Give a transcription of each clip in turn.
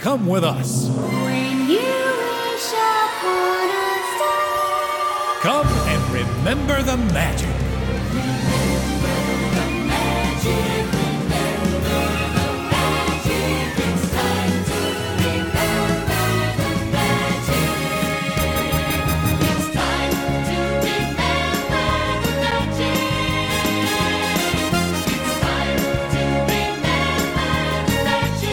Come with us. When you wish upon a star, Come and remember the magic. magic, remember the magic. It's time to remember the magic. It's time to remember the magic. It's time to remember the magic.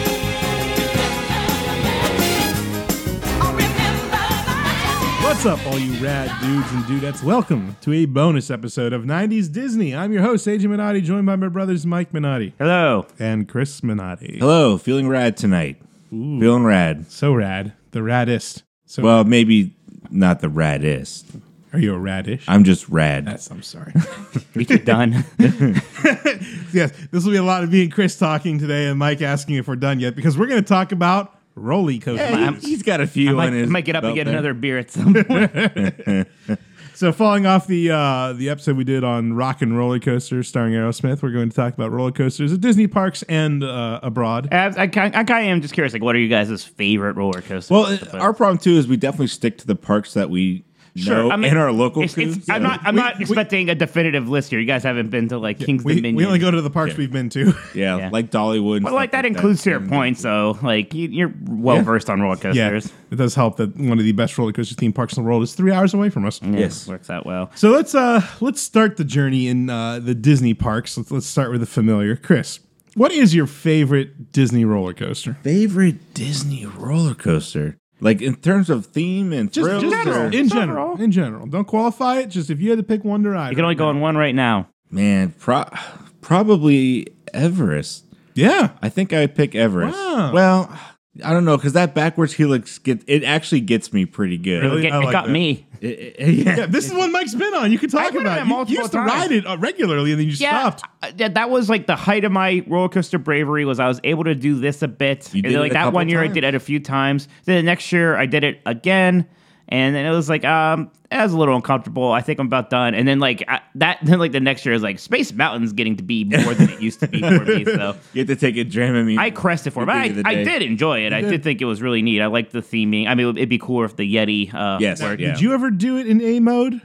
What's up, all you rad dudes and dudettes? Welcome to a bonus episode of 90s Disney. I'm your host, AJ Minotti, joined by my brothers Mike Minotti Hello. and Chris Minotti. Hello. Feeling rad tonight. Feeling rad. So rad. The raddest. So Well, maybe not the raddest. are you a radish? I'm just rad. Yes, I'm sorry. You're done. yes, this will be a lot of me and Chris talking today and Mike asking if we're done yet because we're going to talk about roller coasters. He- he's got a few I might, on his. might get up and belt get there. another beer at some point. So, falling off the uh, the episode we did on Rock and Roller Coaster starring Aerosmith, we're going to talk about roller coasters at Disney parks and uh, abroad. I, I, kind I kind of am just curious. Like, what are you guys' favorite roller coasters? Well, uh, our problem too is we definitely stick to the parks that we know I mean, and our local. it's- it's- crews. I'm not. I'm We- not we- expecting a definitive list here. You guys haven't been to like King's We, Dominion. we only go to the parks Yeah. we've been to. yeah, Yeah. like Dollywood. and but stuff like that includes to your And- points, though. Like you, you're well versed on roller yeah, coasters. it does help that one of the best roller coaster theme parks in the world is three hours away from us. Yes. works out well. So let's uh let's start the journey in uh, the Disney parks. Let's let's start with the familiar. Chris, what is your favorite Disney roller coaster? Favorite Disney roller coaster, like in terms of theme and Just, thrills. just or- in general, in general. Don't qualify it. Just if you had to pick one to ride, You can only go on one right now. man, pro- probably Everest. Yeah, I think I would pick Everest. Wow. Well, I don't know because that backwards helix get it actually gets me pretty good. It'll Really? get- I it like got that. me. It- it- yeah. yeah. This is one Mike's been on. You can talk I've been on about. it it. You, you multiple used to times. ride it uh, regularly, and then you stopped. uh, that- that was like the height of my roller coaster bravery. Was I was able to do this a bit. You And did then, it like a that couple one year, I times. did it a few times. Then the next year, I did it again, and then it was like um, that was a little uncomfortable. I think I'm about done. And then like I, that, then like the next year is like Space Mountain's getting to be more than it used to be for me. So. You have to take a Dramamine. I crested for it, but I, At the end of the I day. did enjoy it. I did think it was really neat. I liked the theming. I mean, it'd be cooler if the Yeti. Uh, Yes, worked. yeah. Did you ever do it in A mode?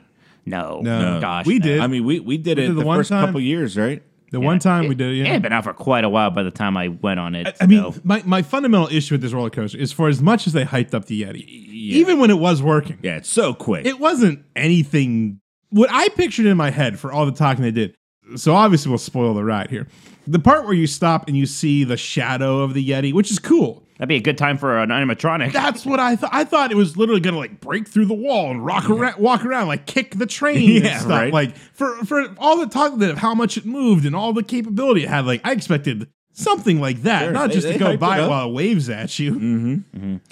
No. No. Gosh. We no. did. I mean, we we did it did the the, one first time. couple years, right? The one time we did it. It Yeah. had been out for quite a while by the time I went on it. I mean, so. my, my fundamental issue with this roller coaster is for as much as they hyped up the Yeti, even when it was working, Yeah, it's so quick. it wasn't anything what I pictured in my head for all the talking they did. So obviously we'll spoil the ride here. The part where you stop and you see the shadow of the Yeti, which is cool. That'd be a good time for an animatronic. That's what I thought. I thought it was literally gonna like break through the wall and rock around, walk around, like kick the train Yeah, and stuff. right. Like for for all the talk that of how much it moved and all the capability it had, like I expected something like that, Sure. not They- just they to go hyped by it up. Mm-hmm. while it waves at you.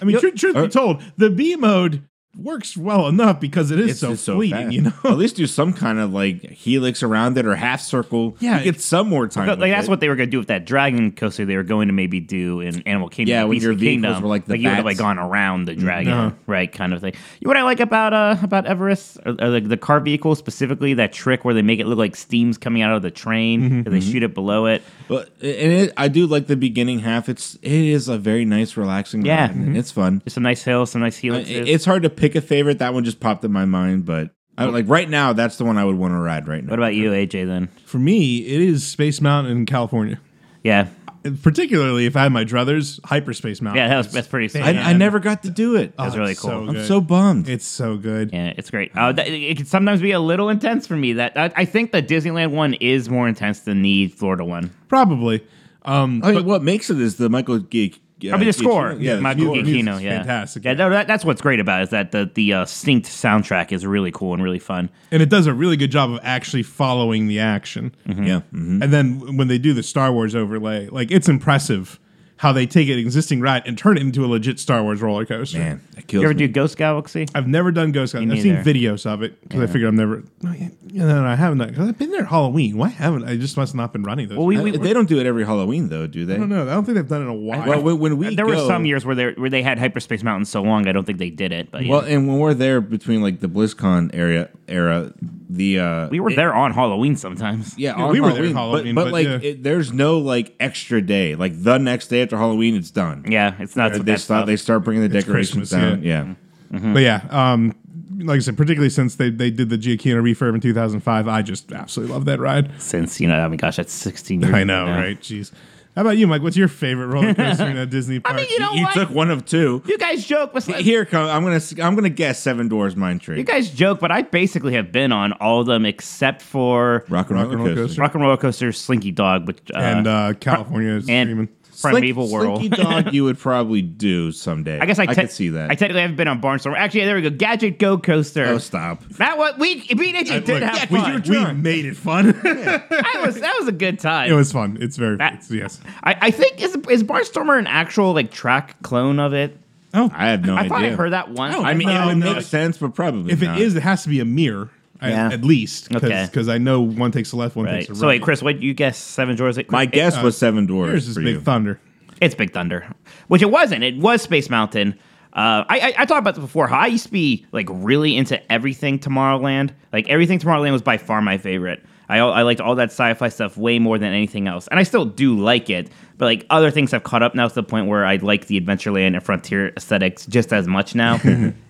I mean, tru- Uh, truth be told, the B mode works well enough because it is It's so just so fleeting. fast. Oh. You know, At least do some kind of like helix around it or half circle. Yeah, you get some more time. But, with like that's it. what they were gonna do with that dragon coaster. They were going to maybe do in Animal Kingdom. Yeah, when Beastly your vehicles Kingdom, were like the you would have like bats. Mm-hmm. gone around the dragon, Uh-huh. right? Kind of thing. You know what I like about uh about Everest, or, or, like the car vehicle specifically, that trick where they make it look like steam's coming out of the train, Mm-hmm. and they shoot it below it. But and it, I do like the beginning half. It's it is a very nice, relaxing. Yeah. ride, mm-hmm. and it's fun. Just some nice hills, some nice I- helixes. It's hard to pick a favorite. That one just popped in my mind, but I, like right now, that's the one I would want to ride right now. what about you, AJ? Then for me, it is Space Mountain in California, yeah, And particularly if I had my druthers, Hyperspace Mountain. yeah, that was, that's pretty. Sweet. I, yeah. I never got to do it. That's really it's cool. Oh, So I'm good. so bummed. it's so good. Yeah, it's great. Uh, that, it can sometimes be a little intense for me. That I, I think the Disneyland one is more intense than the Florida one. Probably. Um, Oh, I mean, what makes it is the Michael Geek. I mean, the score. uh, Yeah, the Michael score. Music's Giacchino. Yeah, fantastic. Yeah, no, that, that's what's great about it is that the the uh, synced soundtrack is really cool and really fun. and it does a really good job of actually following the action. Yeah. mhm. Mm-hmm. And then when they do the Star Wars overlay, like it's impressive how they take an existing ride and turn it into a legit Star Wars roller coaster. Man, You that kills ever me. do Ghost Galaxy? I've never done Ghost Gun. Me I've seen neither. videos of it because I figured I'm never. No, yeah, no, no, I haven't because I've been there Halloween. Why haven't I? Just must not been running those. Well, we, I- we Uh, they don't do it every Halloween, though, do they? I don't know. I don't think they've done it in a while. Well, when, when we there go, were some years where they where they had Hyperspace Mountain so long, I don't think they did it. But yeah. Well, and when we're there between like the BlizzCon area era, the uh, We were it- there on Halloween sometimes. Yeah, Yeah, on we were there Halloween, Halloween, but, but, but like, yeah. it, there's no like extra day. Like the next day after Halloween, it's done. Yeah, it's not. they start they start bringing the decorations Christmas, down. Yeah. But yeah, um, like I said, particularly since they, they did the Giacchino refurb in 2005, I just absolutely love that ride. since you know. I mean, gosh, that's sixteen years. I know, ago now. right? Jeez. How about you, Mike? What's your favorite roller coaster in a Disney I park? mean, you know You what? took one of two. you guys joke, but like, Here come I'm gonna s- I'm gonna guess Seven Doors Mine Train. you guys joke, but I basically have been on all of them except for Rock and Roller Rock and Roller Coaster. Coaster. Rock and Roller Coaster, Slinky Dog, which uh, and uh, California is and screaming. Slink- Primeval World. Slinky Dog, you would probably do someday. I guess I, te- could see that. I technically haven't been on Barnstorm. Actually, there we go. Gadget Go Coaster. oh, stop. That was we we did, I- did look, have we- fun. We, made it fun. that was that was a good time. it was fun. It's very That- it's- yes. I, I think is is Barnstormer an actual like track clone of it? Oh, I have no I idea. thought I heard that once. Oh, I mean, No, it would no. make sense, but probably if it not. is, it has to be a mirror. I- Yeah. At least, because Okay. I know one takes the left, one right. takes the right. So wait, Chris, what you guess? Seven Dwarfs? It- my it- guess was here's Seven Doors this for uh, big you. thunder. It's Big Thunder, which it wasn't. It was Space Mountain. Uh, I, I I talked about this before. How I used to be like really into everything Tomorrowland. Like everything Tomorrowland was by far my favorite. I al- I liked all that sci-fi stuff way more than anything else, and I still do like it. But like other things have caught up now to the point where I like the Adventureland and Frontier aesthetics just as much now.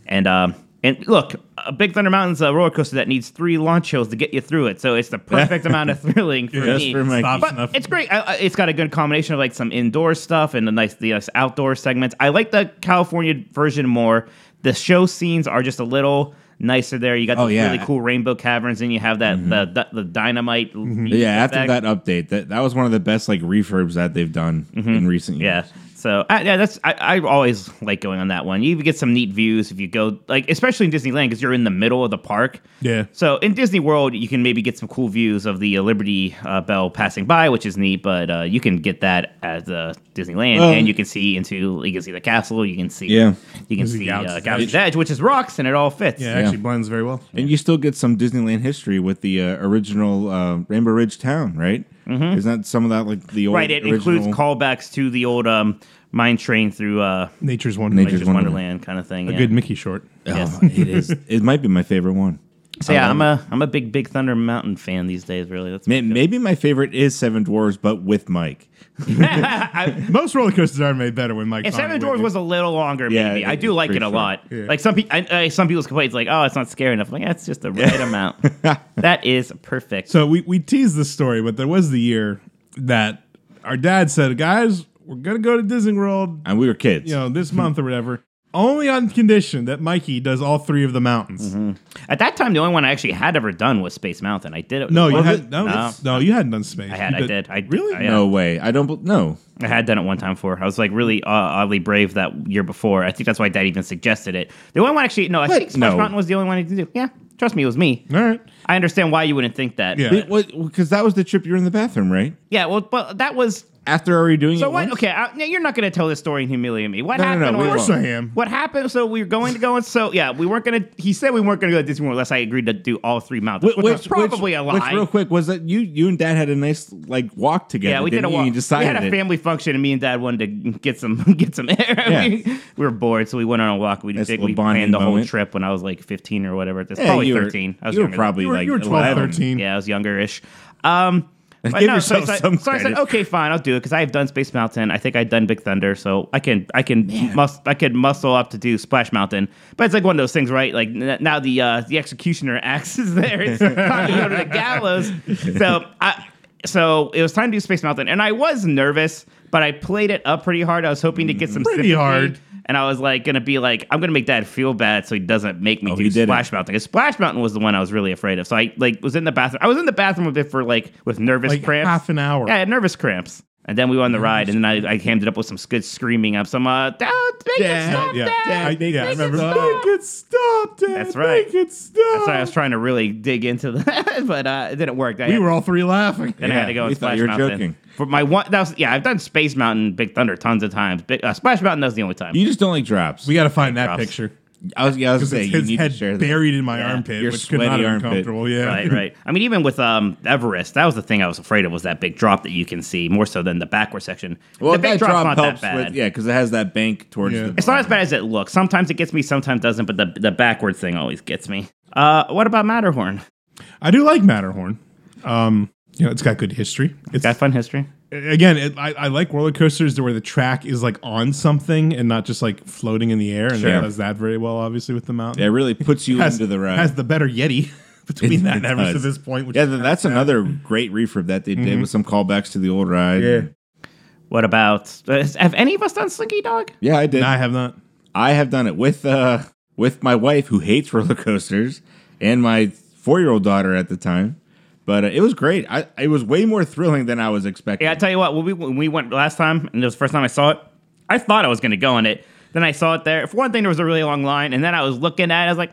and um and look, a Big Thunder Mountain's a roller coaster that needs three launch hills to get you through it. So it's the perfect amount of thrilling for Just me. for my Stop. But enough. it's great. I, I- it's got a good combination of like some indoor stuff and the nice the nice outdoor segments. I like the California version more. The show scenes are just a little nicer there. You got Oh, those yeah. Mm-hmm. really cool rainbow caverns, and you have that the, the the dynamite. beach Yeah, after effect. that update, that, that was one of the best like refurbs that they've done in recent Mm-hmm. Yeah. years. So I, yeah, that's I, I always like going on that one. You even get some neat views if you go like especially in Disneyland because you're in the middle of the park. Yeah. So in Disney World, you can maybe get some cool views of the uh, Liberty uh, Bell passing by, which is neat. But uh, you can get that at uh, Disneyland, Well- and you can see into you can see the castle. You can see Yeah. you can There's the see Galaxy's uh, Edge. Galaxy's Edge, which is rocks, and it all fits. Yeah, it actually blends very well. And you still get some Disneyland history with the uh, original uh, Rainbow Ridge Town, right? Mm-hmm. Isn't that some of that like the old Right. It includes original- callbacks to the old um, mine train through uh, Nature's one. Nature's Nature's Wonderland. Wonderland, kind of thing. a yeah. good Mickey short. Oh, Yes. it is. It might be my favorite one. So yeah, I'm a I'm a big Big Thunder Mountain fan these days. Really, that's May- Maybe my favorite is Seven Dwarfs, but with Mike. Most roller coasters are made better when Mike. if Conley Seven with Dwarfs it. was a little longer, Yeah, maybe it- I do it's like it pretty a short. lot. Yeah. Like some people, I, I, some people's complaints like, oh, it's not scary enough. I'm like, that's just the right amount. that is perfect. So we, we teased this story, but there was the year that our dad said, guys, we're going to go to Disney World, And we were kids. you know, this month or whatever, only on condition that Mikey does all three of the mountains. Mm-hmm. At that time, the only one I actually had ever done was Space Mountain. I did it. No, you Well, had, no, no. no, you hadn't done space. I had. You I did. I really? I, uh, No way. I don't. bel- No. I had done it one time before. I was like really uh, oddly brave that year before. I think that's why Dad even suggested it. The only one actually, no, I think Splash No. Mountain was the only one I didn't do. Yeah, trust me, it was me. All right. I understand why you wouldn't think that. Yeah. but- Because that was the trip you were in the bathroom, right? yeah. Well, but that was After already doing it. So what? once? Okay, I, no, you're not going to tell this story and humiliate me. What No, no, happened? no, we was- Of course I am. What happened? So we were going to go, and so yeah, we weren't going to. He said we weren't going to go to Disney World unless I agreed to do all three mountains, Which, which, was probably a lie. Which, real quick, was that you? You and Dad had a nice like walk together. yeah, we did didn't a you? walk. You decided we had a it. family function, and me and Dad wanted to get some get some air. Yeah. we, we were bored, so we went on a walk. We, Nice did, little we bonding planned the whole moment. trip when I was like 15 or whatever. That's Yeah, probably you were- 13. I was you were younger than- probably You were, like you were 12, 11. 13. Yeah, I was younger-ish. Um, but Give so yourself I- some so I said, credit. okay, fine, I'll do it because I have done Space Mountain. I think I've done Big Thunder, so I can I can mus- I could muscle up to do Splash Mountain. But it's like one of those things, right? Like n- now the uh, the executioner axe is there. It's time to go to the gallows. So I so it was time to do Space Mountain, and I was nervous, but I played it up pretty hard. I was hoping to get some Pretty sympathy, hard. And I was like, gonna be like, I'm gonna make Dad feel bad so he doesn't make me Oh, do he did it. Splash Mountain. 'Cause Splash Mountain was the one I was really afraid of. So I like was in the bathroom. I was in the bathroom a bit for like with nervous Like cramps. half an hour. Yeah, I had nervous cramps. And then we went on the ride, and then I, I ended up with some good screaming up some uh, "Don't make it stop, yeah. Dad!" I, yeah, I remember. stop. Make it stop, Dad. That's right. Make it stop. So I was trying to really dig into that, but uh, it didn't work. I we had- were all three laughing. then I had to go we and thought Splash you were Mountain. joking. For my one, that was yeah. I've done Space Mountain, Big Thunder, tons of times. Big, uh, Splash Mountain, that was the only time. You just don't like drops. We got to find that Props. picture. I was, yeah, I was Because gonna say it's you his need to head share that. buried in my Yeah. armpit, Your which could not sweaty have been armpit. comfortable. Yeah. right, right. I mean, even with um, Everest, that was the thing I was afraid of was that big drop that you can see more so than the backward section. Well, the that big drop drop's not helps that bad. with yeah, because it has that bank towards Yeah. the. It's not as bad as it looks. Sometimes it gets me, sometimes doesn't. But the the backward thing always gets me. Uh, what about Matterhorn? I do like Matterhorn. Um, you know, it's got good history. It's Got fun history. again, it, I, I like roller coasters to where the track is like on something and not just like floating in the air. And Sure. it does that very well, obviously, with the mountain. It really puts you has, into the ride. has the better Yeti between It- that it and Everest does. at this point. Which yeah, th- that's another great refurb that they did with some callbacks to the old ride. Mm-hmm. yeah. What about uh, have any of us done Slinky Dog? Yeah, I did. No, I have not. I have done it with uh with my wife who hates roller coasters and my four year old daughter at the time. But uh, it was great. I it was way more thrilling than I was expecting. Yeah, I tell you what, when we when we went last time, and it was the first time I saw it, I thought I was going to go on it. Then I saw it there. For one thing, there was a really long line, and then I was looking at it. I was like,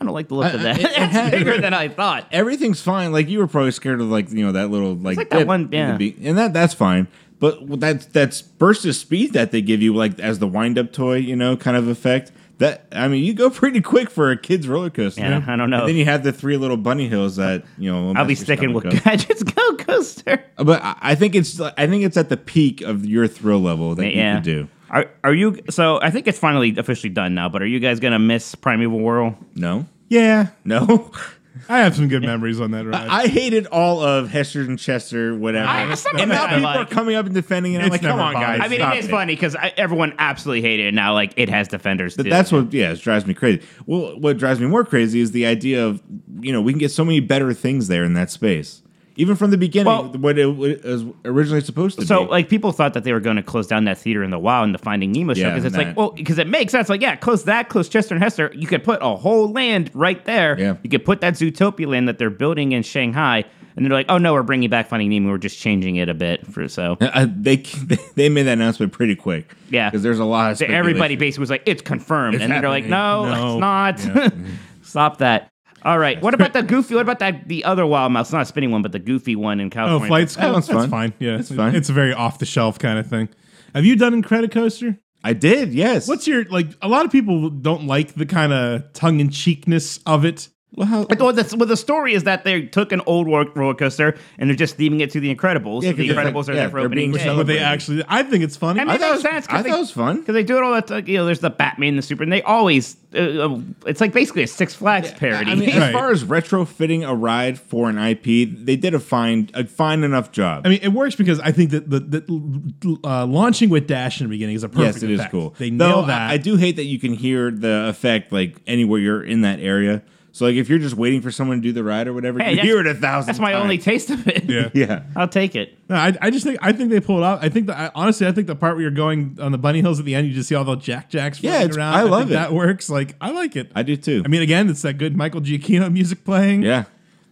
I don't like the look of that. I- it it's had- bigger than I thought. Everything's fine. Like you were probably scared of like you know that little like, like that dip one- in the yeah. be- and that that's fine. But that that's burst of speed that they give you like as the wind up toy you know kind of effect. That I mean you go pretty quick for a kid's roller coaster. Yeah, I don't know. And then you have the three little bunny hills that you know. I'll be mess your sticking stomach with up. Gadgets Go Coaster. But I I think it's I think it's at the peak of your thrill level that you Yeah. can do. Are, are you so? I think it's finally officially done now. But are you guys gonna miss Primeval Whirl? No, Yeah, no. I have some good memories on that ride. I hated all of Hester and Chester, whatever. I- it's not and now bad, people like- are coming up and defending it. I'm It's like, come never on, guys. bothered. I mean, stop it is funny because everyone absolutely hated it. Now, like, it has defenders. But too. that's what, yeah, it drives me crazy. Well, what drives me more crazy is the idea of, you know, we can get so many better things there in that space, even from the beginning, Well- what it was originally supposed to So be. like people thought that they were going to close down that theater in the wild and the Finding Nemo show Yeah, because it's like that. well because it makes sense like yeah close that close Chester and Hester you could put a whole land right there Yeah. you could put that Zootopia land that they're building in Shanghai and they're like oh no we're bringing back Finding Nemo we're just changing it a bit for so Uh, they they made that announcement pretty quick. Yeah. because there's a lot of So everybody speculation. basically was like it's confirmed It's and then they're like no, No. it's not Mm-hmm. stop that all right what about the Goofy what about that the other wild mouse not a spinning one but the Goofy one in oh, California flight school. That one's That's fun. fine. Yeah, It's fine. It's a very off the shelf kind of thing. Have you done Incredicoaster? I did, yes. What's your like? A lot of people don't like the kind of tongue in cheekness of it. well, how, But well, the, well, the story is that they took an old ro- roller coaster and they're just theming it to the Incredibles. Yeah, so the 'cause it's Incredibles like- are yeah, there for they're opening being day. What celebrated. they actually, I think it's funny. I I mean- It thought, makes it was, sense, 'cause I they- thought it was fun. Because they do it all that, time. you know. There's the Batman, the Superman. They always, uh, uh, it's like basically a Six Flags parody. I mean, Right. as far as retrofitting a ride for an IP, they did a fine, a fine enough job. I mean, it works because I think that the, the uh, launching with Dash in the beginning is a perfect. yes, it is effect. cool. They Though, nail I- that. I, do hate that you can hear the effect like anywhere you're in that area. So like if you're just waiting for someone to do the ride or whatever, Hey, you that's- hear it a thousand. That's my only times. taste of it. Yeah. yeah. I'll take it. No, I, I just think I think they pulled off. I think that I, honestly, I think the part where you're going on the bunny hills at the end, you just see all the Jack Jacks Yeah, floating it's- around. I love think it. That works. Like I like it. I do too. I mean, again, it's that good Michael Giacchino music playing. yeah,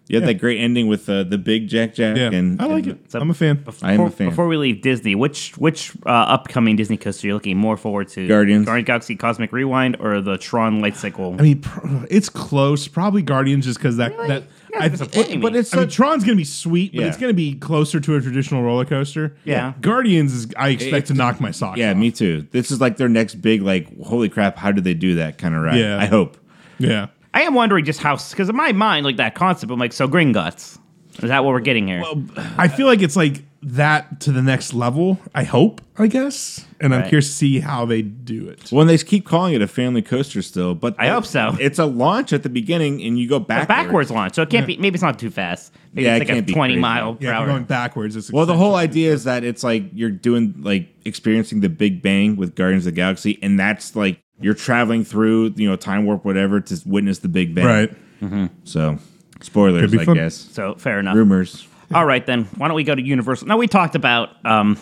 you had that great ending with uh, the big Jack Jack. yeah. and I like and- it. I'm a fan. I am a Before- fan. Before we leave Disney, which which uh, upcoming Disney coaster are you looking more forward to? Guardians. Guardian Galaxy Cosmic Rewind, or the Tron Light Cycle? I mean, pr- it's close. Probably Guardians, just because that that. You guys I, are disappointing me. but it's I mean, Tron's gonna be sweet, but Yeah. it's gonna be closer to a traditional roller coaster. Yeah. Guardians is I expect to knock my socks. yeah, off. me too. This is like their next big like holy crap, how did they do that kind of ride? Yeah. I hope. Yeah. I am wondering just how, because in my mind, like that concept, I'm like, so Gringotts. Is that what we're getting here? I feel like it's like that to the next level. I hope. I guess. And I'm Right. curious to see how they do it. Well, and they keep calling it a family coaster still, but I hope so. It's a launch at the beginning, and you go A backwards. backwards launch, so it can't be. Maybe it's not too fast. Maybe Yeah, it it's like can't a be twenty crazy. mile per Yeah, if hour. you're going backwards. It's Well, the expensive. whole idea is that it's like you're doing like experiencing the Big Bang with Guardians of the Galaxy, and that's like you're traveling through, you know, time warp, whatever, to witness the Big Bang. right. So, spoilers, Could be I fun. guess. so fair enough. Rumors. All right, then why don't we go to Universal? Now we talked about um,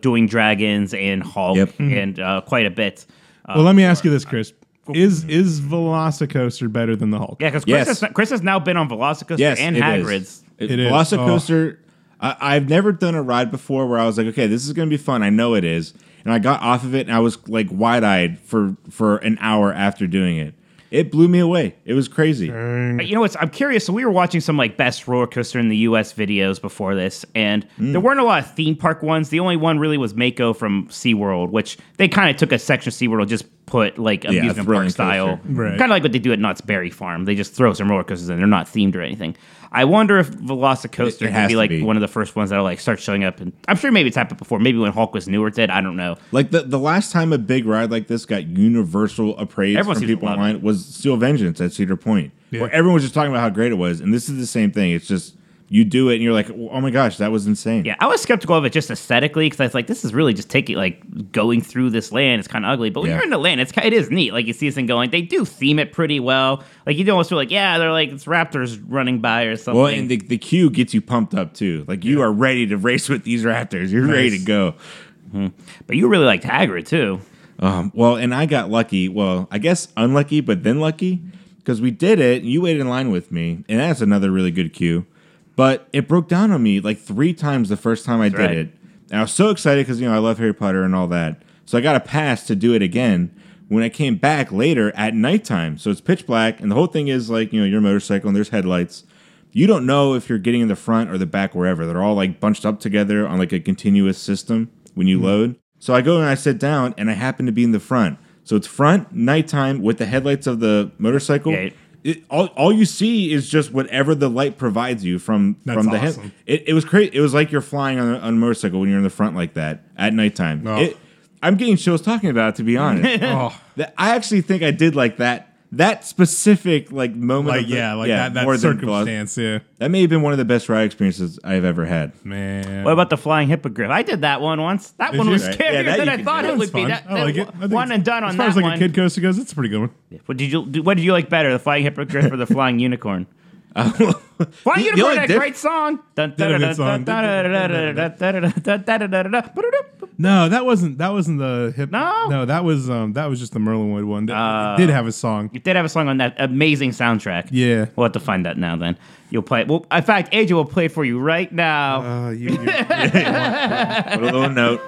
doing dragons and Hulk Yep. Mhm. and uh, quite a bit. Uh, well, let me ask you this, Chris. Is is Velocicoaster better than the Hulk? Yeah, because Chris, Yes. has- Chris has now been on Velocicoaster Yes, and it Hagrid's. is. It, It is. Oh. Velocicoaster. I, I've never done a ride before where I was like, okay, this is going to be fun. I know it is, and I got off of it, and I was like wide eyed for for an hour after doing it. It blew me away. It was crazy. You know what's? I'm curious. So we were watching some like best roller coaster in the U.S. videos before this, and Mm. there weren't a lot of theme park ones. The only one really was Mako from SeaWorld, which they kind of took a section of SeaWorld, and just put like amusement thrilling park style, coaster. Right. kind of like what they do at Knott's Berry Farm. They just throw some roller coasters in. They're not themed or anything. I wonder if Velocicoaster It- it could has be to like be. one of the first ones that'll like start showing up. And I'm sure maybe it's happened before. Maybe when Hulk was newer, it did. I don't know. Like the, the last time a big ride like this got universal appraise Everyone from seems to people love online was Steel Vengeance at Cedar Point. Yeah. where everyone was just talking about how great it was, and this is the same thing. It's just you do it, and you're like, oh my gosh, that was insane. Yeah, I was skeptical of it just aesthetically because I was like, this is really just taking like going through this land. It's kind of ugly, but when Yeah. you're in the land, it's ki- it is neat. Like you see this thing going. They do theme it pretty well. Like you almost feel like yeah, they're like it's raptors running by or something. Well, and the, the queue gets you pumped up too. Like you are ready to race with these raptors. You're ready to Nice. go. but you really liked Hagrid too. Um, well, and I got lucky. Well, I guess unlucky, but then lucky because we did it. You waited in line with me, and that's another really good cue. But it broke down on me like three times the first time I did right. it, and I was so excited because you know I love Harry Potter and all that. So I got a pass to do it again. When I came back later at nighttime, so it's pitch black, and the whole thing is like you know your motorcycle and there's headlights. You don't know if you're getting in the front or the back, wherever. They're all like bunched up together on like a continuous system when Mm-hmm. you load. So I go and I sit down, and I happen to be in the front. So it's front nighttime with the headlights of the motorcycle. Yeah. It, all, all you see is just whatever the light provides you from That's from the head. awesome. It, it was crazy. It was like you're flying on a, on a motorcycle when you're in the front like that at nighttime. Oh. It, I'm getting chills talking about it, to be honest. Oh, That- I actually think I did like that that specific like moment. like of the- yeah, like that, more that than gloss- circumstance. Yeah, That may have been one of the best ride experiences I've ever had. man. What about the flying hippogriff? I did that one once. That Did one you? was Right. scarier Yeah, that than you I can thought it do. That would was be. fun. That, I like that it. I think One it's- and done on as that far as like one. a kid coaster goes, it's a pretty good one. What did you do? What did you like better, the flying hippogriff or the flying unicorn? Flying Oh. The- the unicorn, only had a diff- great song. Dun, Did dun, a dun, good dun, song. dun, dun, dun, dun, dun, dun, dun, dun, dun, dun, dun, dun. No, that wasn't that wasn't the hip. No? no, that was um that was just the Merlinwood one. That Uh, it did have a song. It did have a song on that amazing soundtrack. Yeah. we'll have to find that now. Then you'll play it. Well, in fact, AJ will play it for you right now. Uh, you, you, What a little note.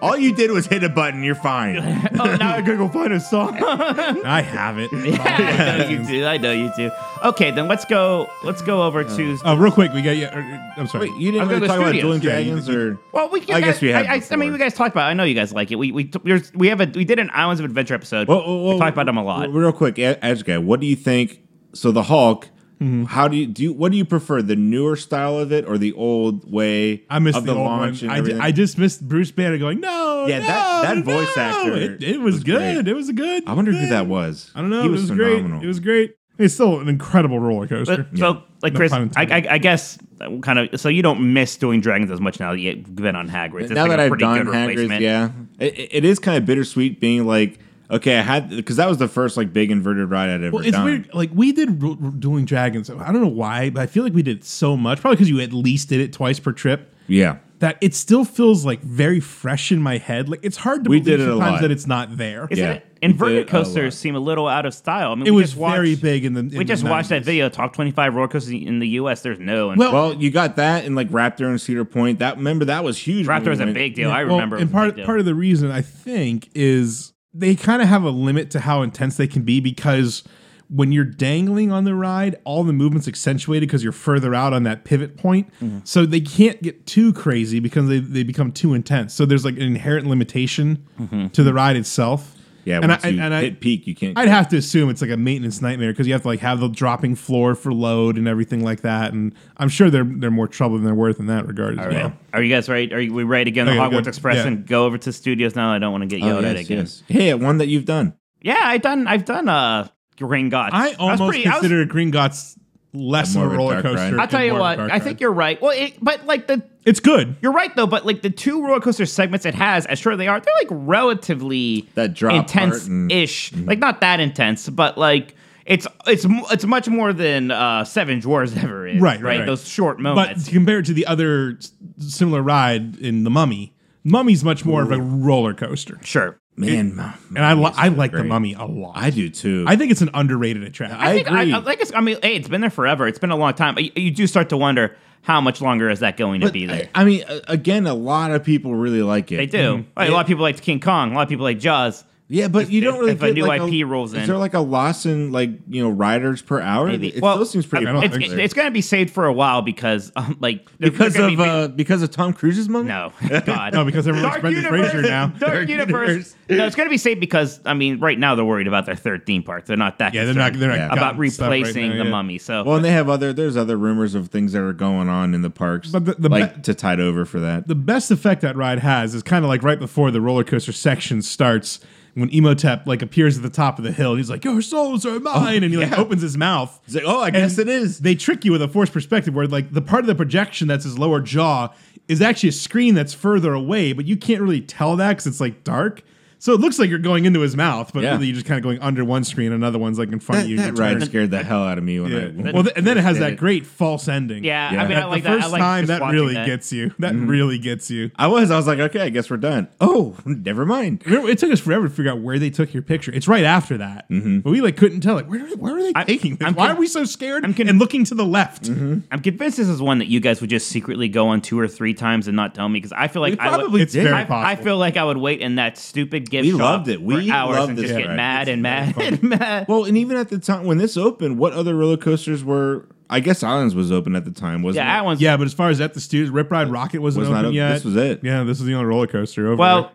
all you did was hit a button. You're fine. oh, now I gotta go find a song. I have it. I know you do. I know you do. Okay, then let's go. Let's go over to. Uh, Oh, real quick, we got yeah. er, I'm sorry. Wait, you didn't I'll go really to talk about studios. Dueling Yeah, you- Dragons or? Well, we. you I guess guys- we have I, I, I mean, before. we guys talked about. It. I know you guys like it. We we there's, we have a we did an Islands of Adventure episode. Well, well, well, we talked about them a lot. Real quick, A- Edge guy, what do you think? So the Hulk, Mm-hmm. how do you do? You, what do you prefer, the newer style of it or the old way? I missed of the, old one. I, di- I just missed Bruce Banner going no. Yeah, that- no, that voice no." actor It, it was, was good. great. It was a good. I wonder who thing. that was. I don't know. He it was, was phenomenal. great. It was great. It's still an incredible roller coaster. But, So, like No Chris, pun I, I, intended. I guess uh, kind of. So you don't miss doing dragons as much now that you've been on Hagrid. It's now like that a I've pretty done good Hagrid's, replacement. yeah, it, it- it is kind of bittersweet being like, okay, I had because that was the first like big inverted ride I'd ever Well, it's done. weird. Like we did Ru- Ru- Dueling Dragons. I don't know why, but I feel like we did so much. Probably because you at least did it twice per trip. Yeah, That it still feels like very fresh in my head. Like it's hard to We believe did it a sometimes lot. that it's not there. Isn't Yeah. it? Inverted It- a coasters lot. seem a little out of style. I mean, it we was just watched, very big in the. in We the just watched that 90s. video, top twenty-five roller coasters in the U.S. There's no. And Well, Well, you got that in like Raptor and Cedar Point. That remember that was huge. when Raptor we was a went. big deal. I Well, remember. it and was a part big deal. part of the reason I think is they kind of have a limit to how intense they can be because when you're dangling on the ride, all the movements accentuated because you're further out on that pivot point. Mm-hmm. So they can't get too crazy because they, they become too intense. So there's like an inherent limitation Mm-hmm. to the ride itself. Yeah, and I, once you and I hit peak, you can't. I'd have to assume it's like a maintenance nightmare because you have to like have the dropping floor for load and everything like that. And I'm sure they're they're more trouble than they're worth in that regard as well. Are you guys right? Are you, we ready to get on the Okay, Hogwarts good. Express Yeah. and go over to studios now? I don't want to get Oh, yelled at yes, again. yes. Hey, one that you've done. Yeah, I've done. I've done. Uh, Green Gots. I was almost pretty- I was- consider Green Gots less of More a of a roller dark ride. coaster. I'll tell and you more of what. a dark I ride. think you're right. Well, it, but like the it's good. You're right though, but like the two roller coaster segments it has, as sure they are, they're like relatively That drop Mm-hmm. intense ish. Like not that intense, but like it's it's mo- it's much more than uh Seven Dwarves ever is. Right, right, right. Those short But moments. compared to the other s- similar ride in the Mummy, Mummy's much more of a roller coaster. sure. Man, Mom, And I li- I like the great. Mummy a lot. I do too. I think it's an underrated attraction. I think I, agree. I, like it's, I mean, hey, it's been there forever. It's been a long time. You, you do start to wonder how much longer is that going to be there. I, Mm-hmm. I mean, a- again, a lot of people really like it. they do. Like, a lot of people liked King Kong. A lot of people like Jaws. Yeah, but you don't if- really if a get new like IP rolls Is in. there like a loss in like you know riders per hour? Maybe. It well, still seems pretty. I- don't it's, think so. it's going to be saved for a while because, um, like, they're- because they're gonna of be uh, because of Tom Cruise's mummy. No, God, No, because everyone's Brendan Fraser now. Dark, universe. No, it's going to be safe because I mean, right now they're worried about their third theme park. They're not that. yeah, they're not concerned they're not Yeah. gotten about stuff right replacing now, the yeah. mummy. So Well, and they have other. There's other rumors of things that are going on in the parks, But the- the like be- to tide over for that. The best effect that ride has is kind of like right before the roller coaster section starts. when Emotep like appears at the top of the hill, he's like, "Your souls are mine," and he like opens his mouth. It's like, oh, I guess Oh, it is. They trick you with a forced perspective where like the part of the projection that's his lower jaw is actually a screen that's further away, but you can't really tell that because it's like dark. So it looks like you're going into his mouth, but Yeah. really you're just kind of going under one screen, another one's like in front That, of you. you that ride turn. scared the hell out of me when Yeah. I. Well, th- and then it has that Yeah. great false ending. Yeah, Yeah. Mm-hmm. I mean, I At like the that. first I like time just that watching really that. gets you. That really gets you. I was. I was like, okay, I guess we're done. Oh, never mind. Remember, It took us forever to figure out where they took your picture. It's right after that, Mm-hmm. but we like couldn't tell. Like, where where are they I'm- taking this? I'm Why con- are we so scared? I'm con- and looking to the left. Mm-hmm. I'm convinced this is one that you guys would just secretly go on two or three times and not tell me because I feel like We I probably would, It's did. very I, I possible. feel like I would wait in that stupid gift We shop loved it. We for hours loved and this just get ride. mad and mad and mad. Well, and even at the time when this opened, what other roller coasters were? I guess Islands was open at the time, wasn't yeah, that it? one's Yeah, but as far as at the studios, Rip Ride Rocket wasn't Was not open open- yet. this was it. Yeah, this is the only roller coaster over. Well,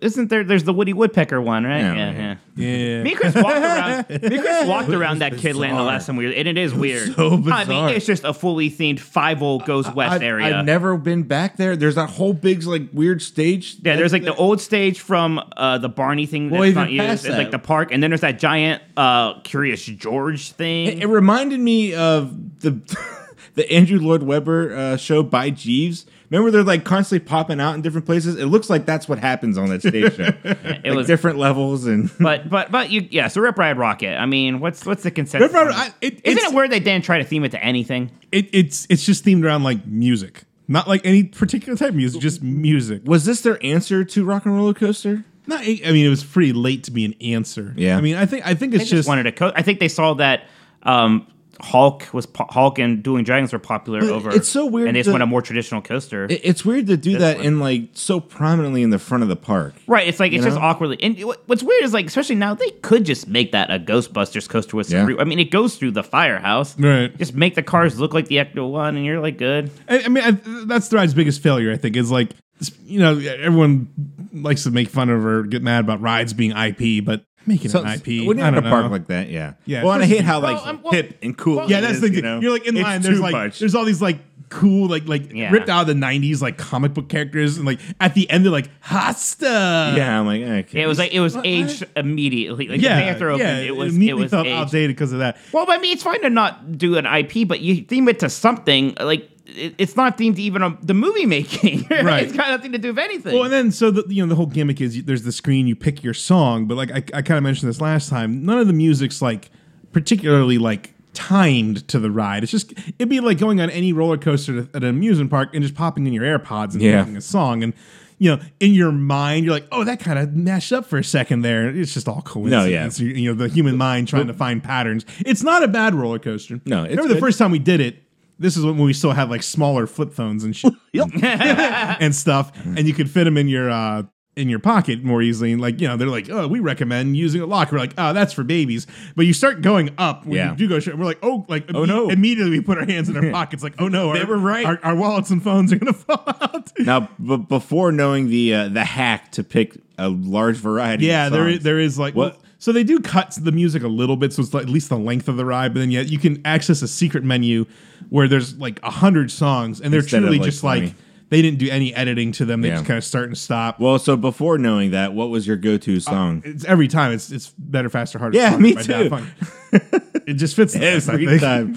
isn't there? There's the Woody Woodpecker one, right? Yeah, Yeah, right. yeah. there. yeah. Me and Chris walked around. Me and Chris walked around that kid land the last time we were, and it is weird. so I bizarre. mean, it's just a fully themed five old goes west I've, area. I've never been back there. There's that whole big like weird stage. Yeah, there's like that- the old stage from uh, the Barney thing that's Well, even not used. past It's like that. the park, and then there's that giant uh, Curious George thing. It reminded me of the the Andrew Lloyd Webber uh, show by Jeeves. Remember, they're like constantly popping out in different places. It looks like that's what happens on that stage show. it was- different levels and. but but but you yeah. So Rip Ride Rocket. I mean, what's what's the consensus? Rip Ride, on this? I, it, Isn't it's, it weird they didn't try to theme it to anything? it, it's it's just themed around like music, not like any particular type of music, just music. Was this their answer to Rock and Roller Coaster? Not, I mean, it was pretty late to be an answer. Yeah. I mean, I think I think it's They just wanted to. Co- I think they saw that. Um, Hulk was po- Hulk and Dueling Dragons were popular But over. it's so weird and they just that- went a more traditional coaster. It- It's weird to do that one. in like so prominently in the front of the park. Right, it's like it's just know? awkwardly. And what- what's weird is like, especially now, they could just make that a Ghostbusters coaster with. Some Yeah. re- I mean, it goes through the firehouse. Right. Just make the cars look like the Ecto One, and you're like, good. I, I mean, I, that's the ride's biggest failure. I think is like you know everyone likes to make fun of or get mad about rides being IP, but make it So an IP. When you're I in a don't park know. like that, yeah. Yeah, Well, it and I hate doesn't- how like Well, I'm- well- hip and cool. well- it yeah, that's is, the thing. you know? You're like in It's line. There's too like much. there's all these like cool like like Yeah. ripped out of the '90s like comic book characters, and like at the end they're like Hasta. yeah. I'm like eh, okay. It was like it was What- aged immediately. Like Yeah, the day after open, yeah, it was it immediately oh, was felt aged. outdated because of that. Well, I mean, it's fine to not do an IP, but you theme it to something like it, it's not themed to even a, the movie making. Right. it's got nothing to do with anything. Well, and then so the you know the whole gimmick is you, there's the screen you pick your song, but like I, I kind of mentioned this last time, none of the music's like particularly like timed to the ride. It's just it'd be like going on any roller coaster at an amusement park and just popping in your AirPods and Yeah. playing a song and. You know, in your mind, you're like, "Oh, that kind of mashed up for a second there." It's just all coincidence. You, you know, the human mind trying to find patterns. It's not a bad roller coaster. No, it's remember good. the first time we did it. This is when we still had like smaller flip phones and shit and stuff, Mm-hmm. and you could fit them in your uh, in your pocket more easily. And like you know, they're like, oh, we recommend using a locker. We're like, oh, that's for babies. But you start going up when Yeah. you do go. Short, we're like, oh, like oh no. Immediately we put our hands in our pockets. Like, oh no, They our- were right. Our, our wallets and phones are gonna fall out. now, but before knowing the uh, the hack to pick a large variety. of yeah, there is, songs. there is like What? So they do cut the music a little bit, so it's like at least the length of the ride. But then yet you can access a secret menu where there's like a hundred songs, and they're Instead of, truly like, just 20. like they didn't do any editing to them. They Yeah. just kind of start and stop. Well, so before knowing that, what was your go Uh, to song? it's every time it's it's better, faster, harder. Yeah, stronger me by Daft too. Punk. it just fits the best, I Every think. time.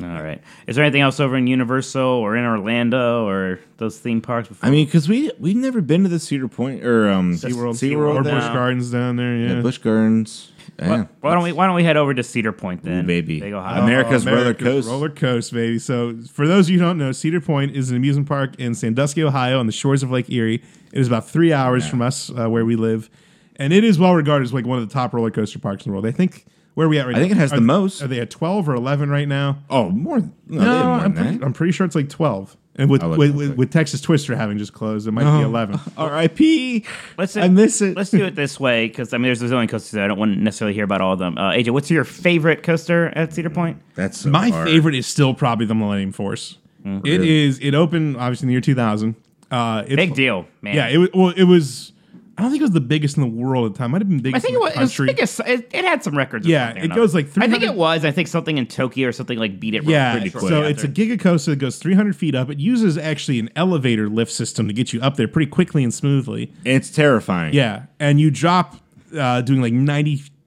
All right. Is there anything else over in Universal or in Orlando or those theme parks? Before? I mean, because we we've never been to the Cedar Point or um SeaWorld, SeaWorld or there. Busch Gardens down there. Yeah, Yeah, Busch Gardens. Yeah. why don't we Why don't we head over to Cedar Point then, baby. They go high. Ameri- America's roller coast. Oh, roller coast, baby. So, for those of you who don't know, Cedar Point is an amusement park in Sandusky, Ohio, on the shores of Lake Erie. It is about three hours from us, uh, where we live, and it is well regarded as like one of the top roller coaster parks in the world. I think where are we at right I now? think it has Are- the most. Are they at twelve or eleven right now? Oh, more. No, they No, have more I'm than pretty, that. I'm pretty sure it's like twelve. And with I'll look with, real with, quick. with Texas Twister having just closed, it might be eleven. R.I.P. Oh. Let's I miss it. Let's do it this way because I mean, there's, there's only coasters. That I don't want to necessarily hear about all of them. Uh, AJ, what's your favorite coaster at Cedar Point? That's so My hard. favorite is still probably the Millennium Force. Mm, It Really? is. It opened obviously in the year 2000. Uh, it's, Big deal, man. Yeah. It was. Well, it was. I don't think it was the biggest in the world at the time. Might have been I biggest think in it the was, it, was country. biggest, it, it had some records. or Yeah, something it or another. goes, like, I think 300 it was. I think something in Tokyo or something like beat it. real yeah, quick shortly so after. it's a gigacoaster that goes 300 feet up. It uses actually an elevator lift system to get you up there pretty quickly and smoothly. It's terrifying. Yeah, and you drop uh, doing like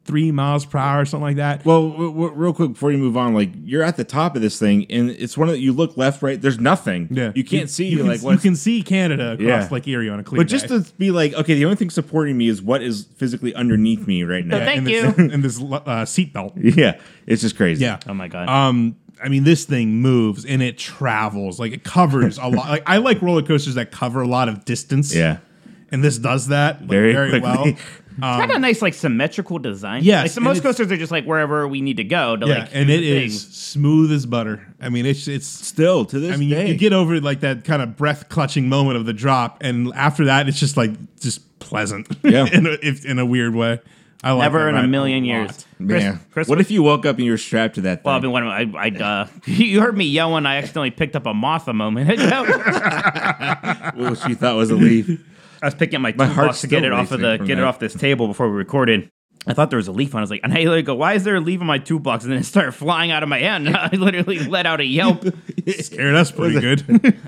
93 miles per hour or something like that. Well, w- w- real quick before you move on, like you're at the top of this thing, and it's one of the, you look left, right. There's nothing. yeah, you can't see. You You can, like you what's can see Canada across Yeah. Lake Erie on a clear But just day. to be like, okay, the only thing supporting me is what is physically underneath me right now. Yeah. thank and this, and this uh, seatbelt. Yeah, it's just crazy. Yeah. oh my god. Um, I mean, this thing moves and it travels. Like it covers a lot. Like I like roller coasters that cover a lot of distance. yeah. and this does that like, Very very, well. quickly. it's got a nice like symmetrical design. Yes, Like, so and most it's- coasters are just like wherever we need to go to Yeah, like. and do it the thing. is smooth as butter. I mean, it's it's. Still to this I mean, you, day, you get over like that kind of breath clutching moment of the drop, and after that, it's just like just pleasant. Yeah. in a, if, in a weird way. I like Never that in a ride million lot. years. Chris- man. Chris, what if you woke up and you were strapped to that? Thing? Well, I've been one of my. I, I uh, you heard me yelling. I accidentally picked up a moth a moment ago. what you thought was a leaf. I was picking up my, toolbox heart's to get still it off of racing the from get it that. off this table before we recorded. I thought there was a leaf on. it. I was like, and I literally go, "Why is there a leaf on my toolbox?" And then it started flying out of my hand. I literally let out a yelp. Scared us pretty good.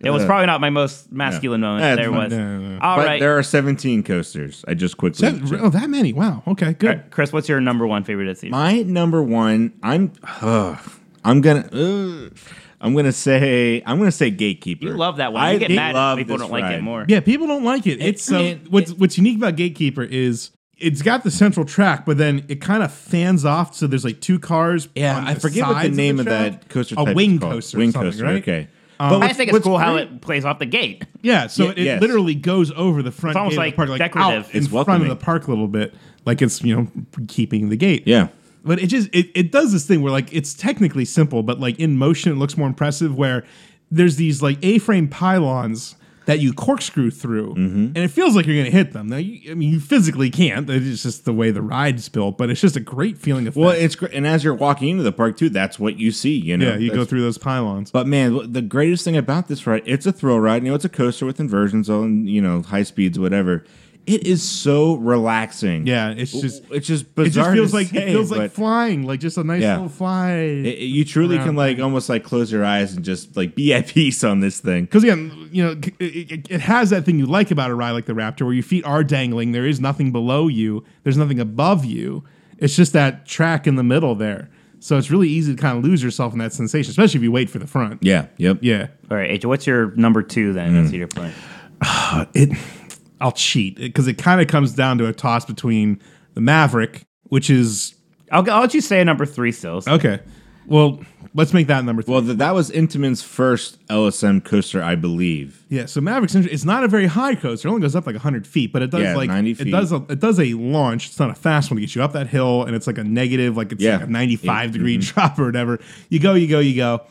It was probably not my most masculine moment. That's there fine. was. No, no, no. All but right, there are 17 coasters. I just quickly. checked. that, oh, that many? Wow. Okay, All good. right, Chris, what's your number one favorite at sea? My number one, I'm, ugh, I'm gonna, ugh, I'm gonna say, I'm gonna say gatekeeper. You love that one. I You get mad love if people this don't like it ride. more. Yeah, people don't like it. It's so it- what's what's unique about Gatekeeper is it's got the central track, but then it kind of fans off. So there's like two cars. Yeah, on I the forget what sides the name of, track. that coaster. A type is wing called. coaster. Wing or something, coaster. Um, right? Okay. I just think it's what's cool how great- it plays off the gate. Yeah, so Yeah, it, it yes. literally goes over the front. It's almost gate of the like park, out decorative. in front It's of welcoming. the park a little bit, like it's you know keeping the gate. Yeah. but it just it, it does this thing where like it's technically simple but like in motion it looks more impressive where there's these like a-frame pylons that you corkscrew through Mm-hmm. and it feels like you're gonna hit them now you, i mean you physically can't it's just the way the ride's built but it's just a great feeling of Well, fact. it's great, and as you're walking into the park too, that's what you see. You know. yeah you go That's- through those pylons But man, the greatest thing about this ride, it's a thrill ride. You know, it's a coaster with inversions on, you know, high speeds, whatever. It is so relaxing. yeah it's just it's just it just bizarre. feels to like say, it feels like but flying like just a nice Yeah. little fly it- it- you truly around. can like almost like close your eyes and just like be at peace on this thing. because again, you know, c- it, it- it has that thing you like about a ride like the Raptor, where your feet are dangling. There is nothing below you. There's nothing above you. It's just that track in the middle there. So it's really easy to kind of lose yourself in that sensation, especially if you wait for the front. Yeah. Yep. Yeah. All right, H, what's your number two then? Hmm. That's your point. Uh, It. I'll cheat because it kind of comes down to a toss between the Maverick, which is I'll, I'll let you say a number three still. so- okay. Well, let's make that number three. Well, th- that was Intamin's first LSM coaster, I believe. Yeah, so Maverick's inter- it's not a very high coaster. It only goes up like 100 feet, but it does Yeah, like 90 it feet. does a, it does a launch. It's not a fast one to get you up that hill, and it's like a negative, like it's Yeah. Mm-hmm. like a 95 degree drop or whatever. You go, you go, you go.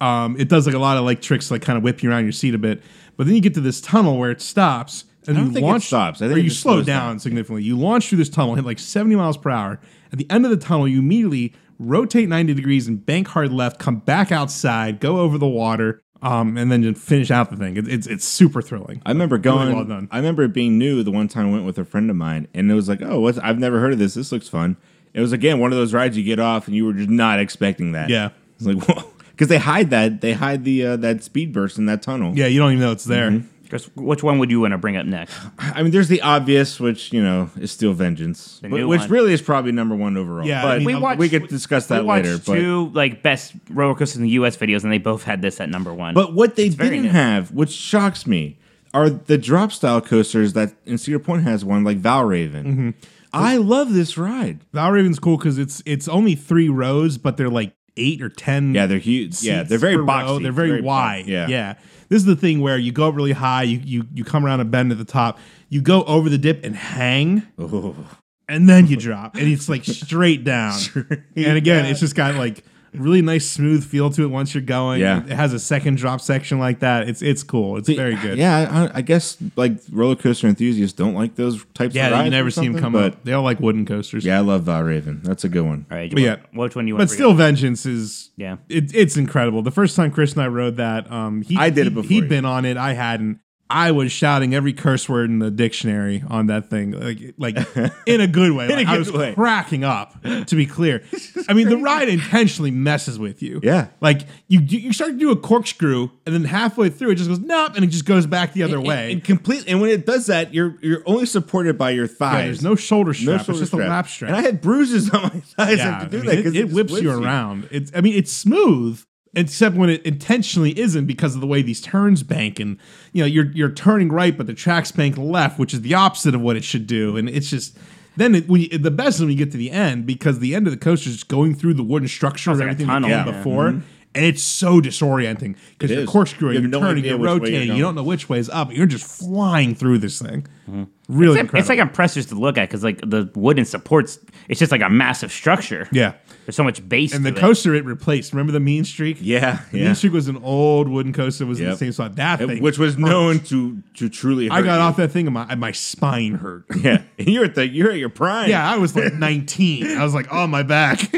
Um, it does like a lot of like tricks, to, like kind of whip you around your seat a bit. But then you get to this tunnel where it stops, and I don't you think it launch stops. I think or it you just slow slows down, down. significantly. You launch through this tunnel, hit like 70 miles per hour. At the end of the tunnel, you immediately rotate 90 degrees and bank hard left, come back outside, go over the water, um, and then just finish out the thing. It, it's it's super thrilling. I remember Really going. well done. I remember it being new the one time I went with a friend of mine, and it was like, oh, what's, I've never heard of this. This looks fun. It was again one of those rides you get off, and you were just not expecting that. Yeah. it's like whoa, because they hide that they hide the uh, that speed burst in that tunnel. yeah, you don't even know it's there. Mm-hmm. Chris, which one would you want to bring up next? I mean, there's the obvious, which you know is Steel Vengeance, The whi- new which one. really is probably number one overall. Yeah, I but mean, uh, we, We watched- could discuss I that watched later. But two like best roller coasters in the U.S. videos, and they both had this at number one. But what they very didn't new. have, which shocks me, are the drop style coasters that and Cedar Point has one like Valraven. Mm-hmm. I love this ride. Valraven's cool because it's it's only three rows, but they're like eight or ten. Yeah, they're huge. Yeah, seats they're very per row. boxy. They're very, bo- wide. Yeah, yeah. This is the thing where you go up really high, you you you come around a bend at the top, you go over the dip and hang. and then you drop, and it's like straight down. and again, it's just got like really nice smooth feel to it once you're going. Yeah. It has a second drop section like that. It's it's cool. It's very good. Yeah, I, I guess like roller coaster enthusiasts don't like those types. yeah. of rides you never or see them something, come but up. They all like wooden coasters. Yeah, I love Valraven. That's a good one. All right, But yeah. which one do you want? But to bring still, up? Vengeance is Yeah. It, it's incredible. The first time Chris and I rode that, um, he I did it he- before He'd you. been on it. I hadn't. I was shouting every curse word in the dictionary on that thing, like like in a good way. Like, I good was way. cracking up. To be clear, I mean the ride intentionally messes with you. Yeah. like you do- you start to do a corkscrew, and then halfway through it just goes nope, and it just goes back the other way. And complete. And when it does that, you're you're only supported by your thighs. Yeah, there's no shoulder strap. shoulder it's just strap. a lap strap. And I had bruises on my thighs yeah, after doing I mean, that it, 'cause it just whips you around. It's I mean it's smooth except when it intentionally isn't because of the way these turns bank and you know you're you're turning right but the tracks bank left, which is the opposite of what it should do, and it's just. Then it, when you, the best is when you get to the end because the end of the coaster is just going through the wooden structure of like a everything tunnel, we did yeah. before, Mm-hmm. and it's so disorienting because you're is. corkscrewing, You you're have no turning, idea you're which way you're rotating, you going. don't know which way is up, you're just flying through this thing. Mm-hmm. Really, It's, it's like incredible. impressive to look at because like the wooden supports. It's just like a massive structure. yeah. There's so much base. And the to it. coaster it replaced. Remember the Mean Streak? Yeah, The yeah. Mean Streak was an old wooden coaster. It was in the Yep. same spot. That It- thing, which was hurt. known to to truly. I hurt got you. off that thing and my my spine hurt. Yeah, you're at the you're at your prime. yeah, I was like 19. I was like, oh my back.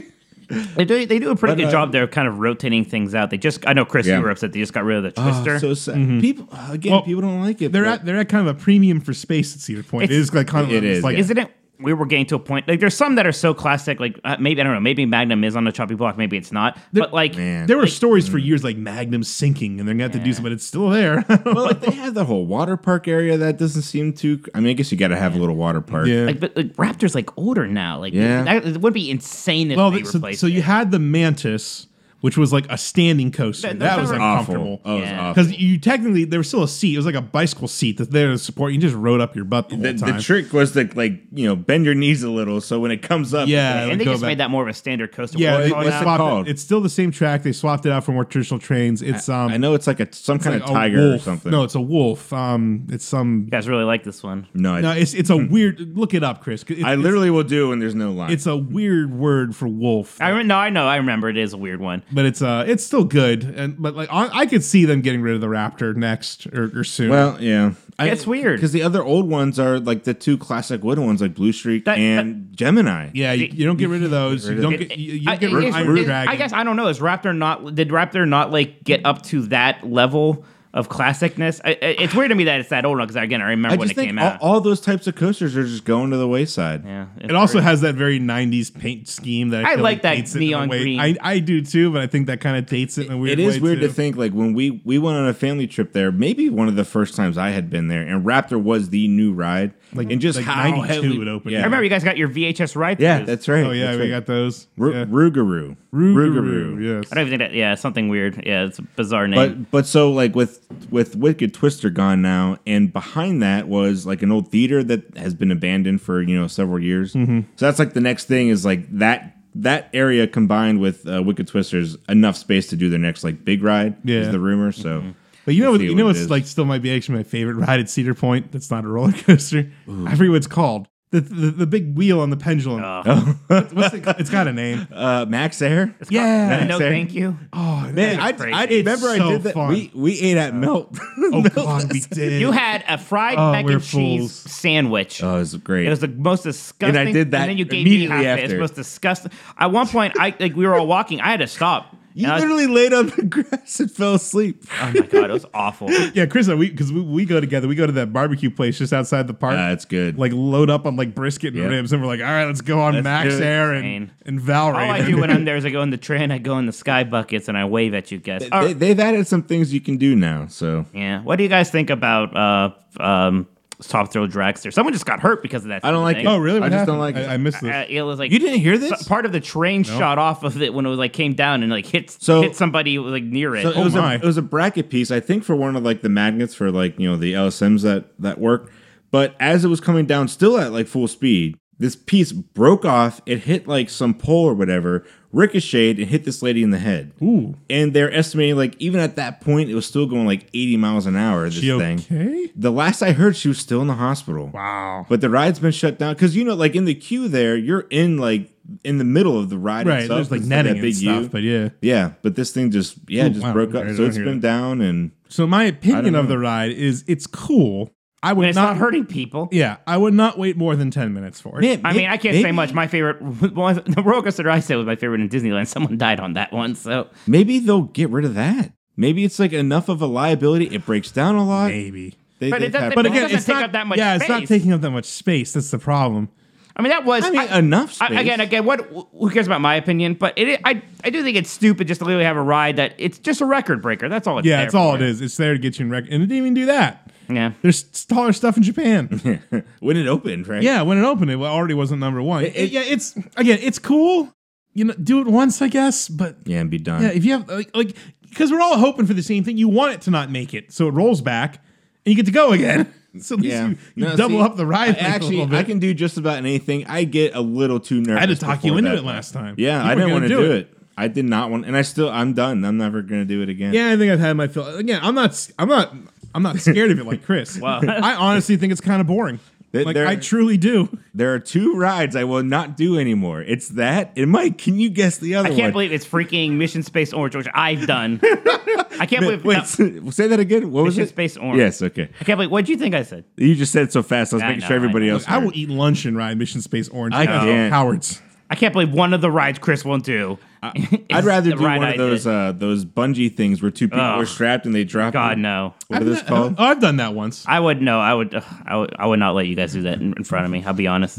They do, they do a pretty But, good uh, job there of kind of rotating things out. They just, I know Chris, Yeah. you were upset. They just got rid of the Oh, twister. so sad. People again, Mm-hmm. Well, people don't like it. They're but- at they're at kind of a premium for space at Cedar Point. It It's- is like kind of It it's is, like yeah. Isn't it? We were getting to a point. Like, there's some that are so classic. Like, uh, maybe I don't know. Maybe Magnum is on the chopping block. Maybe it's not. but like, Man. there were stories for years like Magnum sinking and they're gonna have to do something, but it's still there. well, like they have the whole water park area that doesn't seem too. I mean, I guess you got to have a little water park. like, but like Raptor's like older now. Like, Yeah. that, it would be insane if well, they so, replaced. so you it. had the Mantis, which was like a standing coaster. That- That, that was was uncomfortable. awful. Oh, Yeah. yeah. Because you technically there was still a seat. It was like a bicycle seat that's there to support. You just rode up your butt the whole The, time. the trick was to like you know bend your knees a little so when it comes up, yeah, it and would they go just back- made that more of a standard coaster. Yeah, What they, do you call they it now? call swapped called? it. It's still the same track. They swapped it out for more traditional trains. It's um, I know it's like a some kind like of a tiger wolf. or something. No, it's a wolf. Um, it's some. you guys really like this one. no, I, No, it's it's a weird. Look it up, Chris. 'cause It's, Hmm. I literally will do when there's no line. It's, it's a weird word for wolf, I re- no, I know, I remember. It is a weird one. but it's uh, it's still good. And but like I, I could see them getting rid of the raptor next or, or soon. well, yeah, I, It's weird. because the other old ones are like the two classic wooden ones, like Blue Streak That- and Gemini. yeah, you, you don't get rid of those. You of don't it. get you, you I, don't get it rid is- of Iron it- Dragon. I guess I don't know. Is Raptor not? Did Raptor not like get up to that level of classicness? I, I- it's weird to me that it's that old because again, I remember I when just it came think all, out. all those types of coasters are just going to the wayside. yeah, it's It also weird. has that very '90s paint scheme that I, I feel like that dates it in a neon way- green. I, I do too, but I think that kind of dates it in a weird it way. is weird too. to think like when we we went on a family trip there maybe one of the first times i had been there and raptor was the new ride like Mm-hmm. and just like how 92 heavily- it opened. yeah, I remember you guys got your VHS right. yeah that's right Oh yeah, that's we right. got those. Ru- yeah. Rougarou. Rougarou. Yes. I don't even think that. Yeah, it's something weird. Yeah, it's a bizarre name. But but so like with with Wicked Twister gone now, and behind that was like an old theater that has been abandoned for you know several years. Mm-hmm. So that's like the next thing is like that that area combined with uh, Wicked Twisters enough space to do their next like big ride. is Yeah. Mm-hmm. the rumor. So, But you know, We'll what, see you what know, it it's is. like still might be actually my favorite ride at Cedar Point. That's not a roller coaster. I forget what it's called. The, the the big wheel on the pendulum. Uh. What's it, it's got a name. uh, Max Air. yeah. no, Sarah. thank you. Oh, Man, man. I, crazy. I It's remember I so did that. fun. We we ate at Melt. oh God, we did. You had a fried Oh, mac we're and cheese fools. sandwich. oh, it was great. It was the most disgusting. And I did that And then you gave immediately me half It. It's after. the most disgusting. At one point, I like we were all walking. I had to stop. you And I was- literally laid on the grass and fell asleep. oh my god, it was awful. yeah, Chris. and We because we, we go together. We go to that barbecue place just outside the park. Uh, That's good. like load up on like brisket and Yeah. ribs, and we're like, all right, let's go on Max do it. Air and Insane. and Valorant. All I do when I'm there is I go in the train, I go in the sky buckets, and I wave at you guys. All they, right, they've added some things you can do now. So yeah. What do you guys think about uh, um, Top Throw Dragster? Someone just got hurt because of that. I don't like thing. it. oh really? I What just don't happened? like it. I, I missed this. Uh, it was like you didn't hear this. p- part of the train shot off of it when it was like came down and like hit So- hit somebody like near it. So it was my. a, it was a bracket piece, I think, for one of like the magnets for like you know the LSMs that that work. But as it was coming down, still at like full speed, this piece broke off. It hit like some pole or whatever, ricocheted, and hit this lady in the head. Ooh. And they're estimating like even at that point, it was still going like 80 miles an hour. This She thing. okay? The last I heard, she was still in the hospital. Wow. But the ride's been shut down because you know, like in the queue there, you're in like in the middle of the ride. Right. itself. There's like It's that netting and big U. stuff, but yeah. Yeah, but this thing just yeah Ooh, just wow, broke okay, I up. So didn't it's hear been that. down and So my opinion don't of the ride is it's cool. I would And it's not, not hurting people. Yeah, I would not wait more than ten minutes for it. I mean, I can't say much. My favorite, one- the roller coaster I said was my favorite in Disneyland. Someone died on that one, so Maybe they'll get rid of that. Maybe it's like enough of a liability. It breaks down a lot. Maybe They, But it they've doesn't- had- But It again, doesn't it's take not up that much Yeah, it's not space. taking up that much space. That's the problem. I mean, that was I mean, enough I- space. again, again, what? Who cares about my opinion? But it, I, I do think it's stupid just to literally have a ride that it's just a record breaker. That's all. It's Yeah, there it's all it for. is. It's there to get you in record, and it didn't even do that. Yeah. There's taller stuff in Japan. when it opened, right? Yeah, when it opened, it already wasn't number one. It- it- yeah, it's again, it's cool. You know, do it once, I guess. But yeah, and be done. yeah, if you have like, like, because we're all hoping for the same thing. You want it to not make it, so it rolls back, and you get to go again. So at least Yeah. you, you No, double see, up the ride. I length a actually, little bit. I can do just about anything. I get a little too nervous. I had to talk before you into that it last time. You Yeah, were I didn't gonna want to do do, it. it. I did not want, and I still, I'm done. I'm never gonna do it again. Yeah, I think I've had my fill. Again, I'm not. s- I'm not. I'm not scared of it like Chris. Wow. I honestly think it's kind of boring. There- like there- I truly do. There are two rides I will not do anymore. It's that, and Mike. Can you guess the other I one? can't believe it's freaking Mission Space Orange, which I've done. I can't believe. Wait, no, say that again. What was Mission it? Space Orange. Yes. Okay. I can't believe. What do you think I said? You just said it so fast. I was I making know, sure everybody I know. else. I heard. will eat lunch and ride Mission Space Orange. I Cow- can't. Howard's. I can't believe one of the rides Chris won't do. Uh, I'd is rather the do ride one I of those did. uh, those bungee things where two people Ugh. are strapped and they drop. God you. no. What are those Oh, called? I've done that once. I would no. I would, ugh, I would. I would not let you guys do that in, in front of me. I'll be honest.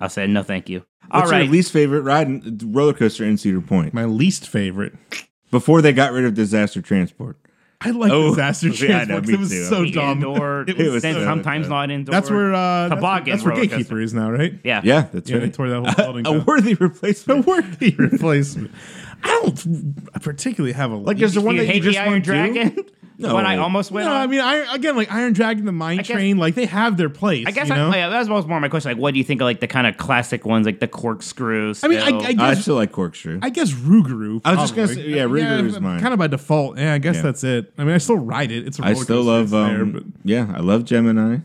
I'll say no, thank you. All What's right. your least favorite ride in, roller coaster in Cedar Point? My least favorite. Before they got rid of disaster transport. I like Oh, disaster yeah, I transport. know, 'cause me it was too. so Be dumb. Indoor, It was then so sometimes dumb. not indoor. That's where uh, that's, where- Toboggan that's where roller Gatekeeper coaster. is now, right? Yeah. Yeah, that's Yeah, right. they tore that whole building a down. worthy The replacement. worthy replacement. I don't particularly have a Like, there's the Do one you that you hate the just Iron won't do. Dragon? No. When I almost went No, on? I mean, I again like Iron Dragon, the mine guess- train, like they have their place. I guess you I- know? yeah, that was most more my question. Like, what do you think of like the kind of classic ones, like the corkscrew? I mean, I, still? I I guess still like corkscrew. I guess Ruguru. I was just gonna probably. say- yeah, Ruguru's mine. Kind of by default. Yeah, I guess Yeah. that's it. I mean, I still ride it. It's a I roller still coaster. It's love. there, Um, but- yeah, I love Gemini.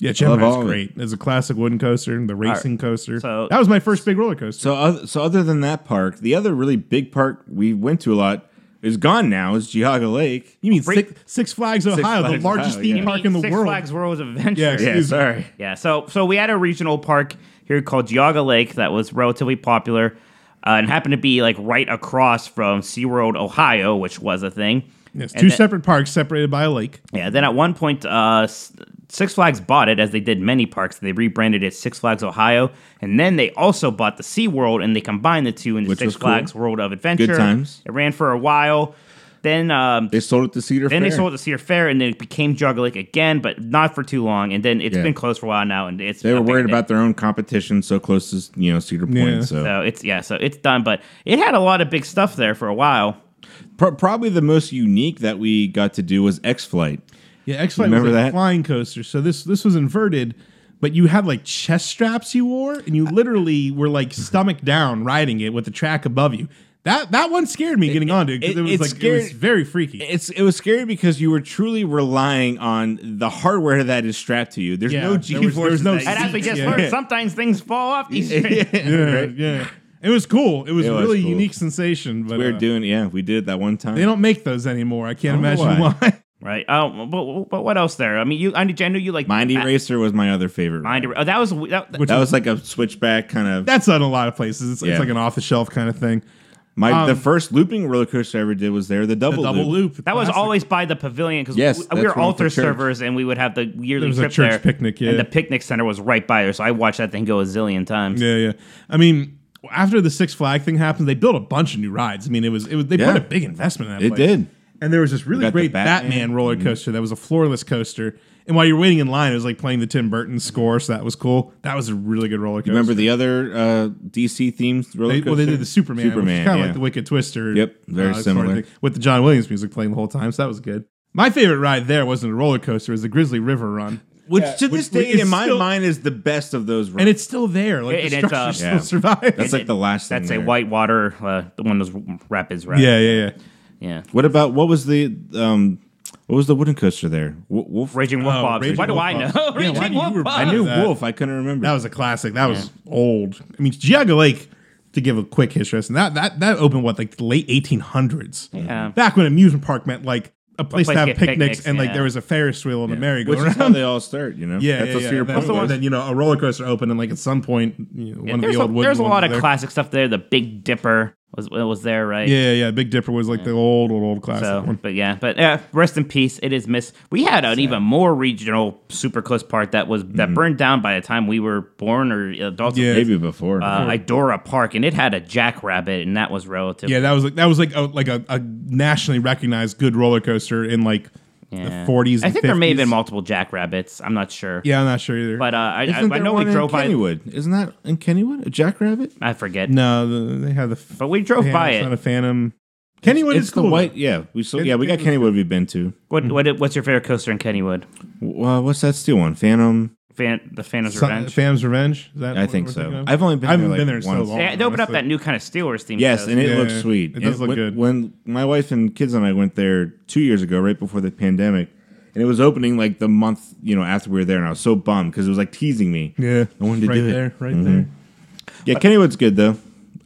yeah, all Gemini's of it. great. It's a classic wooden coaster and the racing coaster. So- that was my first big roller coaster. So, oth- so other than that park, the other really big park we went to a lot is gone now. Is Geauga Lake? you mean Freak- Six, Six Flags Ohio, Flags the largest Ohio, theme yeah. You park mean in the Six world? Flags World Adventure. Yeah, Yeah, Excuse me. sorry. Yeah, so so we had a regional park here called Geauga Lake that was relatively popular uh, and happened to be like right across from SeaWorld Ohio, which was a thing. Yes, And two then- separate parks separated by a lake. Yeah, then at one point, uh, S- Six Flags bought it, as they did many parks. They rebranded it Six Flags Ohio, and then they also bought the Sea World, and they combined the two into Which was Six cool. Flags World of Adventure. times. It ran for a while. Then um, They sold it to Cedar then Fair. they sold it to Cedar Fair, and then it became Geauga Lake again, but not for too long. And then it's Yeah. been closed for a while now, and it's They were worried abandoned. about their own competition so close to you know Cedar Point. Yeah. So, So it's yeah, so it's done. But it had a lot of big stuff there for a while. Pro- probably the most unique that we got to do was X Flight. Yeah, X Flight was Remember a that? flying coaster. So this this was inverted, but you had like chest straps you wore, and you literally were like stomach down riding it with the track above you. That that one scared me getting onto it because it- it, was it like it was scared- very freaky. It's it was scary because you were truly relying on the hardware that is strapped to you. There's Yeah, no there G was- there forces. was no And as we just Yeah. learned, sometimes things fall off these things. yeah, yeah. It was cool. It was It a was really cool. unique sensation. But we were uh, doing. Yeah, we did it that one time. they don't make those anymore. I can't I don't know imagine why. Oh, why. Right. Oh, but, but what else there? I mean, you I knew, I knew you like Mindy uh, Racer was my other favorite. Mindy. ride. Oh, that was that, Which That is- was like a switchback kind of. that's on a lot of places. It's, Yeah. it's like an off the shelf kind of thing. My the Um, first looping roller coaster I ever did was there, the double, The double loop. loop. that was Classic. always by the pavilion because Yes, we, that's were where we went altar to church. servers and we would have the yearly There was a trip church there. picnic, yeah. And the picnic center was right by there, so I watched that thing go a zillion times. Yeah, yeah. I mean, after the Six Flag thing happened, they built a bunch of new rides. I mean, it was it was they Yeah. put a big investment in that. It place. did. And there was this really got the great Batman, Batman. Mm-hmm. roller coaster that was a floorless coaster. And while you're waiting in line, it was like playing the Tim Burton score, so that was cool. That was a really good roller coaster. Remember the other uh, DC themed roller They, coaster? well, they did the Superman, which Superman, is kind of yeah. like the Wicked Twister. uh, Yep, very sort of similar. thing, with the John Williams music playing the whole time, so that was good. My favorite ride there wasn't a roller coaster; it was the Grizzly River Run, which to Which- this day, which is in my still- mind, is the best of those. and it's still there. Like And the it's, structure uh, still Yeah. survives. That's like the last. That's a thing there. whitewater, uh, the one of those rapids, right? yeah, yeah, yeah. yeah. What about what was the um, what was the wooden coaster there? Wo- Wolf. Raging Wolf Oh, Bobs. Raging Why do Wolf I Bobs. know? Yeah, why Raging do you Wolf remember Bobs. I knew that. Wolf. I couldn't remember. That was a classic. That was old. I mean, Geauga Lake, to give a quick history lesson, that that that opened what like the late 1800s. Yeah. Back when amusement park meant like a place, place to to have get picnics, picnics, and like yeah. there was a Ferris wheel and a which is merry-go-round. how they all start. You know. yeah, That's yeah, what yeah. Cedar Then- Point and was. then you know a roller coaster opened, and like at some point, you know, one of there's the old a, wooden there's a ones lot was of there. classic stuff there. The Big Dipper. was was there, right? Yeah, yeah. Big Dipper was like the old, old, old classic So, one. but yeah, but uh, rest in peace. It is missed. We had an even more regional, super close part that was that burned down by the time we were born or adults. Hmm. Yeah. Maybe before. Uh, Idora Park, and it had a jackrabbit, and that was relative. Yeah, that was like that was like a like a, a nationally recognized good roller coaster in like Yeah. the forties. I think there may have been more. multiple jackrabbits. I'm not sure. Yeah, I'm not sure either. But uh, I, I, Isn't I there know we one in drove by. Kennywood. Isn't that in Kennywood? A jackrabbit? I forget. no, the, they had the. But we drove by it's it. Not a Phantom. Kennywood it's is cool. the though. white. Yeah, we so, It- yeah we got it- Kennywood. We've been to. What, what what's your favorite coaster in Kennywood? Well, what's that steel one? Phantom. Fan, the Phantom's Son- Revenge. Phantom's Revenge. Is that I what think we're so. thinking of? I've only been. I haven't there, been like, there in so once. long. Yeah, they opened up honestly. that new kind of Steelers theme. Yes, show. and it Yeah, looks yeah, sweet. it does And look when, good. When my wife and kids and I went there two years ago, right before the pandemic, and it was opening like the month you know after we were there, and I was so bummed because it was like teasing me. Yeah, I wanted to right do it. Mm-hmm. there, right there. Yeah, Kennywood's good though.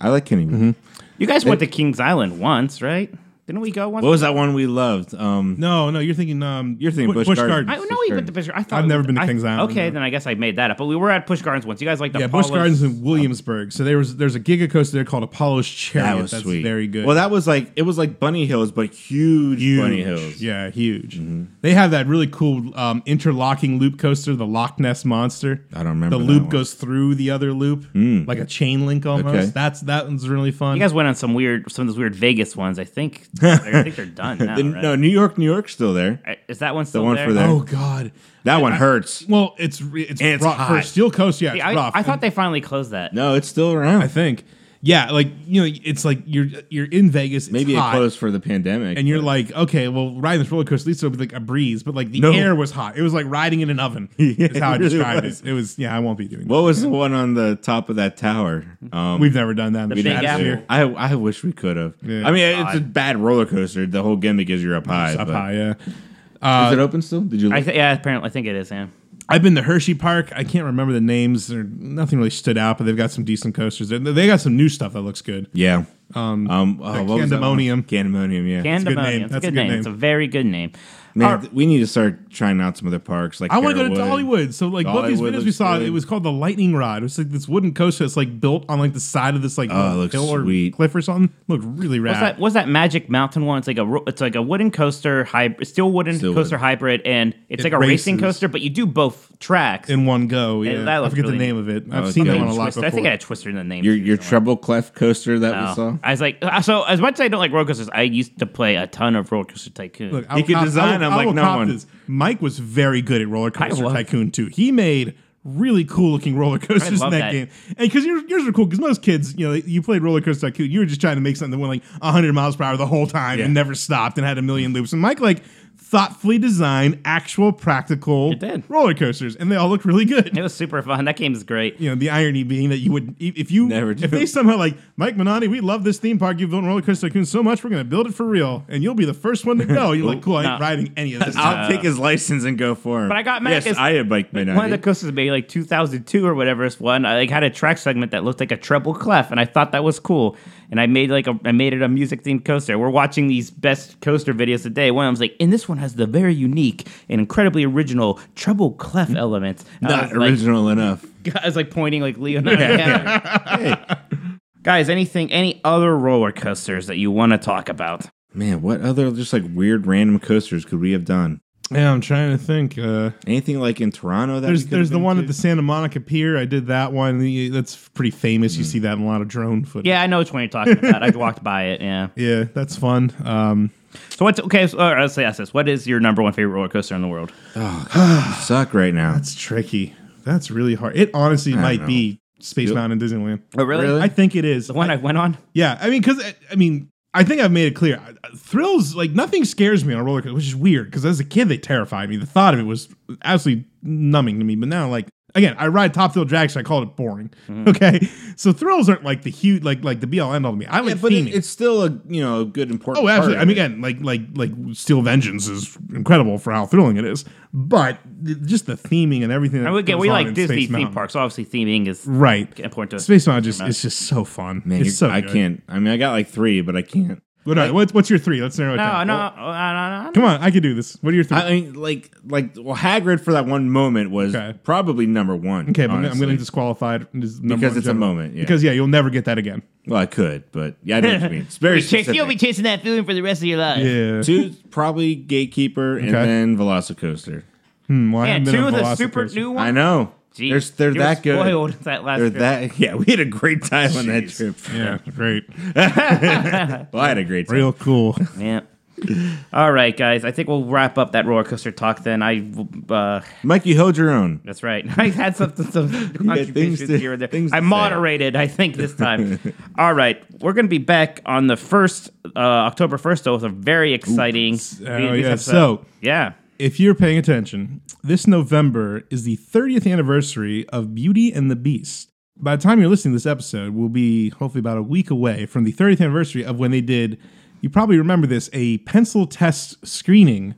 I like Kennywood. you guys went to Kings Island once, right? Didn't we go once? What was that one we loved? Um, No, no, you're thinking. Um, You're thinking Bush, Busch Gardens. Gardens. I know we went to Busch. I thought I've we never went been to Kings I, Island, Okay, no. then I guess I made that up. But we were at Push Gardens once. You guys like the Yeah, Bush Apollo's- Gardens in Williamsburg. So there was there's a gigacoaster there called Apollo's Chariot. that was That's sweet. very good. Well, that was like it was like Bunny Hills, but huge, huge. Bunny Hills. Mm-hmm. Yeah, huge. They have that really cool um, interlocking loop coaster, the Loch Ness Monster. I don't remember The that loop one. Mm. goes through the other loop, like a chain link almost. Okay. That's that one's really fun. You guys went on some weird, some of those weird Vegas ones. I think. I think they're done now. The- right? Uh, No, New York, New York's still there. Is that one still one there? for the- oh God, That one hurts. Well, it's re- it's, And it's rough for hot. Steel Coast. Yeah, it's Yeah, I, rough. I thought And they finally closed that. No, it's still around. I think. Yeah, like you know, it's like you're you're in Vegas. It's Maybe hot, it closed for the pandemic. and you're like, okay, well, riding this roller coaster, at least it'll be like a breeze. But like the No. air was hot. It was like riding in an oven. is how I it really described was. it. It was yeah. I won't be doing. that. What was the one on the top of that tower? Um, We've never done that. The Big That's Apple. here. I I wish we could have. Yeah. I mean, it's a bad roller coaster. The whole gimmick is you're up high. Up but- high, yeah. is it open still? Did you? I look? th- yeah, apparently I think it is. Yeah. I've been to Hershey Park. I can't remember the names. Or nothing really stood out, but they've got some decent coasters. They- They got some new stuff that looks good. yeah. Um. Um. oh, what was that one? Candemonium. Candemonium. Yeah. Candemonium. name. It's That's a good, name. It's a very good name. Man, Our- th- we need to start trying out some other parks. Like I want to go to Dollywood. Dollywood. So like both these Dollywood videos we looks saw, good. it was called the Lightning Rod. It was like this wooden coaster that's like built on like the side of this like Oh, it little looks hill or sweet. cliff or something. Looked really What's rad. that? What's that Magic Mountain one? It's like a ro- it's like a wooden coaster hybrid, steel wooden Steel coaster wooden. hybrid, and it's It like a racing races. coaster, but you do both tracks. in one go. Yeah, that I looked forget really the name of it. I've it's seen got that a one a lot Twister. before. I think I had Twister in the name. Your too your somewhere. treble clef coaster that we saw. Oh. I was like, uh, so as much as I don't like roller coasters, I used to play a ton of roller coaster tycoon. Look, He could design them like will no cop one. Mike was very good at Roller I Coaster love- Tycoon too. He made really cool looking roller coasters in love that, that. game. And because yours, yours were cool, because most kids, you know, you played Roller Coaster Tycoon, you were just trying to make something that went like 100 miles per hour the whole time and never stopped and had a million loops. And Mike like thoughtfully designed actual practical It did. roller coasters, and they all looked really good It was super fun. That game is great. you know, the irony being that you would e, if you Never do. if they somehow like Mike Minotti, we love this theme park. You've built roller coaster tycoon so much, we're going to build it for real, and you'll be the first one to go. You're like, cool, I ain't Nah. riding any of this. I'll take his license and go for him. Uh, But I got mad Yes, 'cause I had bike One of the coasters maybe like 2002 or whatever is one. I like had a track segment that looked like a treble clef, and I thought that was cool. And I made like a I made it a music themed coaster. We're watching these best coaster videos today. One of them's like, and this one has the very unique and incredibly original treble clef element. And I not was like- original enough. I was like pointing like Leonardo. DiCaprio. Guys, anything, any other roller coasters that you want to talk about? Man, what other just like weird random coasters could we have done? yeah, I'm trying to think. Uh, Anything like in Toronto that there's we could there's have the been one to? at the Santa Monica Pier. I did that one. The- That's pretty famous. Mm. You see that in a lot of drone footage. Yeah, I know which one you're talking about. I walked by it. Yeah. Yeah, that's fun. Um, So what's okay? So, all right, let's ask this: What is your number one favorite roller coaster in the world? suck right now. it's tricky. That's really hard. It honestly might know. be Space Yep. Mountain Disneyland. Oh, really? I think it is. The one I, went on. Yeah, I mean, because I mean, I think I've made it clear. Uh, Thrills, like nothing scares me on a roller coaster, which is weird because as a kid they terrified me. The thought of it was absolutely numbing to me. But now, like again, I ride Top Thrill Drag, so I call it boring. Mm-hmm. Okay, so thrills aren't like the huge, like like the be all end all to me. I like Yeah, but it, theming. it's still a you know a good important. Oh, part absolutely. of I mean, it. again, like like like Steel Vengeance is incredible for how thrilling it is, but th- just the theming and everything. That And we get goes we on like in Disney Space theme Mountain. Mm. parks. Obviously, theming is right? important to us. Space Mountain just is just so fun. man, it's so you're- I good. can't. I mean, I got like three, but I can't. What are, what's, what's your three? Let's narrow it No, down. no, uh, no, no, no. Come on, I can do this. What are your three? I mean, like, like, well, Hagrid for that one moment was Okay. probably number one. okay, but I'm gonna- I'm honestly. going to disqualify it as number Because one it's a general. moment, yeah. Because yeah, you'll never get that again. Well, I could, but yeah, I know what you mean. It's very specific. You'll be chasing that feeling for the rest of your life. Yeah, Two, probably Gatekeeper, and Okay. then Velocicoaster. Hmm, well, I Yeah, haven't been two a of the super Velocicoaster. new I ones. know. Jeez, There's, they're you were that good. spoiled with that last they're trip. that. Yeah, we had a great time on that Jeez. trip. Yeah, great, Well, I had a great time. real cool. Yeah. All right, guys. I think we'll wrap up that roller coaster talk then. I, uh, Mike, you held your Uh, own. that's right. I had something, some contributions to- here and there. things to I say. moderated, I think, this time. All right, we're gonna be back on the first uh, October first, though, with a very exciting. Oh, these yeah. episodes. So- yeah, if you're paying attention, this November is the 30th anniversary of Beauty and the Beast. By the time you're listening to this episode, we'll be hopefully about a week away from the 30th anniversary of when they did, you probably remember this, a pencil test screening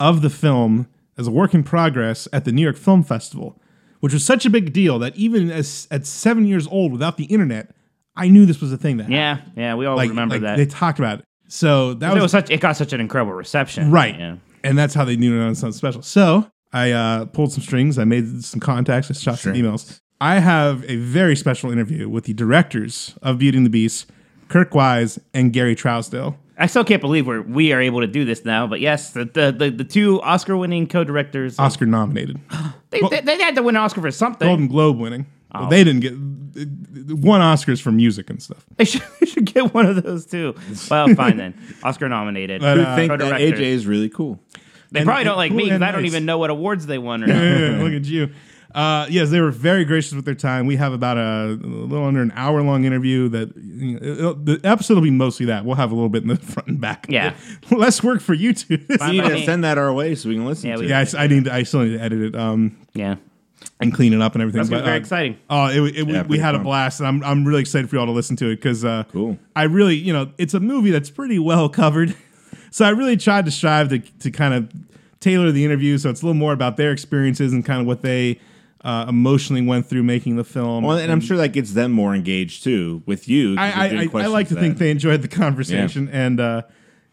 of the film as a work in progress at the New York Film Festival, which was such a big deal that even as, at seven years old without the internet, I knew this was a thing that happened. yeah, yeah. We all Like, remember like, that. They talked about it. So that it was was such. It got such an incredible reception. Right. Yeah. And that's how they knew it was something special. So I uh, pulled some strings. I made some contacts. I shot some emails. I have a very special interview with the directors of Beauty and the Beast, Kirk Wise and Gary Trousdale. I still can't believe we're we are able to do this now. But yes, the the, the, the two Oscar winning co directors. Oscar nominated, they, they, they had to win an Oscar for something. Uh, Golden Globe winning. Well, they didn't get one Oscars for music and stuff. They should, they should get one of those too. Well, fine then. Oscar nominated. But, Who uh, think that co-directors. AJ is really cool? they probably and- don't like cool me because and I don't nice. even know what awards they won or not. Yeah, look at you. Uh, yes, they were very gracious with their time. We have about a, a little under an hour long interview. That you know, it'll- the episode will be mostly that. We'll have a little bit in the front and back. Yeah. less work for you two. Fine You by need to me. send that our way so we can listen Yeah, to we- it. yeah, I s- I, need. To, I still need to edit it um, yeah. and clean it up and everything. That's gonna be but, very uh, exciting. Oh, it, it, we, Yeah, we pretty had a fun. blast, and I'm I'm really excited for y'all to listen to it because uh, Cool. I really, you know, it's a movie that's pretty well covered, so I really tried to strive to to kind of tailor the interview so it's a little more about their experiences and kind of what they uh, emotionally went through making the film. Well, and I'm sure that gets them more engaged too with you. 'cause I, you're doing I, I, I questions like to then. think they enjoyed the conversation and uh,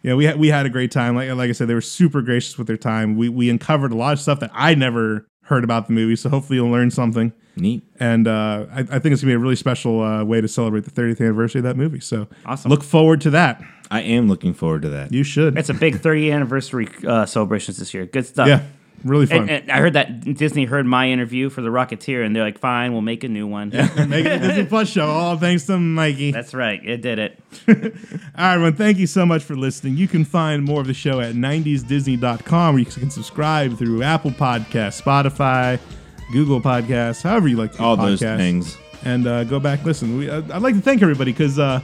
yeah, we had, we had a great time. Like like I said, they were super gracious with their time. We we uncovered a lot of stuff that I never heard about the movie, so hopefully you'll learn something. neat. And uh, I, I think it's gonna be a really special uh, way to celebrate the 30th anniversary of that movie. So Awesome. look forward to that. I am looking forward to that. You should. It's a big 30th anniversary uh, celebrations this year. Good stuff. yeah, really fun. And, and I heard that Disney heard my interview for The Rocketeer, and they're like, "Fine, we'll make a new one." Make it a Disney Plus show. All thanks to Mikey. That's right. It did it. All right, everyone. Thank you so much for listening. You can find more of the show at 90sdisney.com where you can subscribe through Apple Podcasts, Spotify, Google Podcasts, however you like to do All those podcasts. things. And uh, go back, listen. We, uh, I'd like to thank everybody because uh,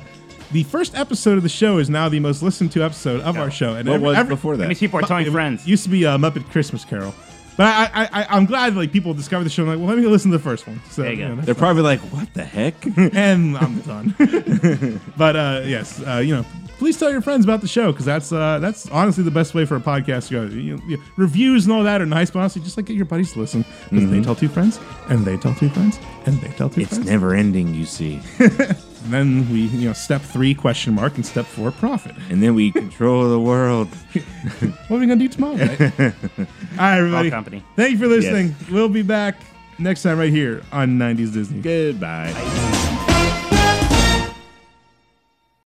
the first episode of the show is now the most listened to episode of our show. And What every- was every- before And that? these people are telling it friends. Used to be uh, Muppet Christmas Carol. But I, I, I, I'm glad like people discover the show and like, well, let me go listen to the first one. So, There you go. know, They're probably like, "What the heck?" and I'm done. but uh, yes, uh, you know, please tell your friends about the show because that's uh, that's honestly the best way for a podcast to go. You, you- reviews and all that are nice, but honestly, just like get your buddies to listen because they tell two friends, and they tell two friends, and they tell two Mm-hmm. it's friends. never ending, you see. and then we, you know, step three question mark and step four profit. And then we control the world. What are we gonna do tomorrow? Night? all right, everybody. company. Thank you for listening. We'll be back next time right here on '90s Disney. Goodbye.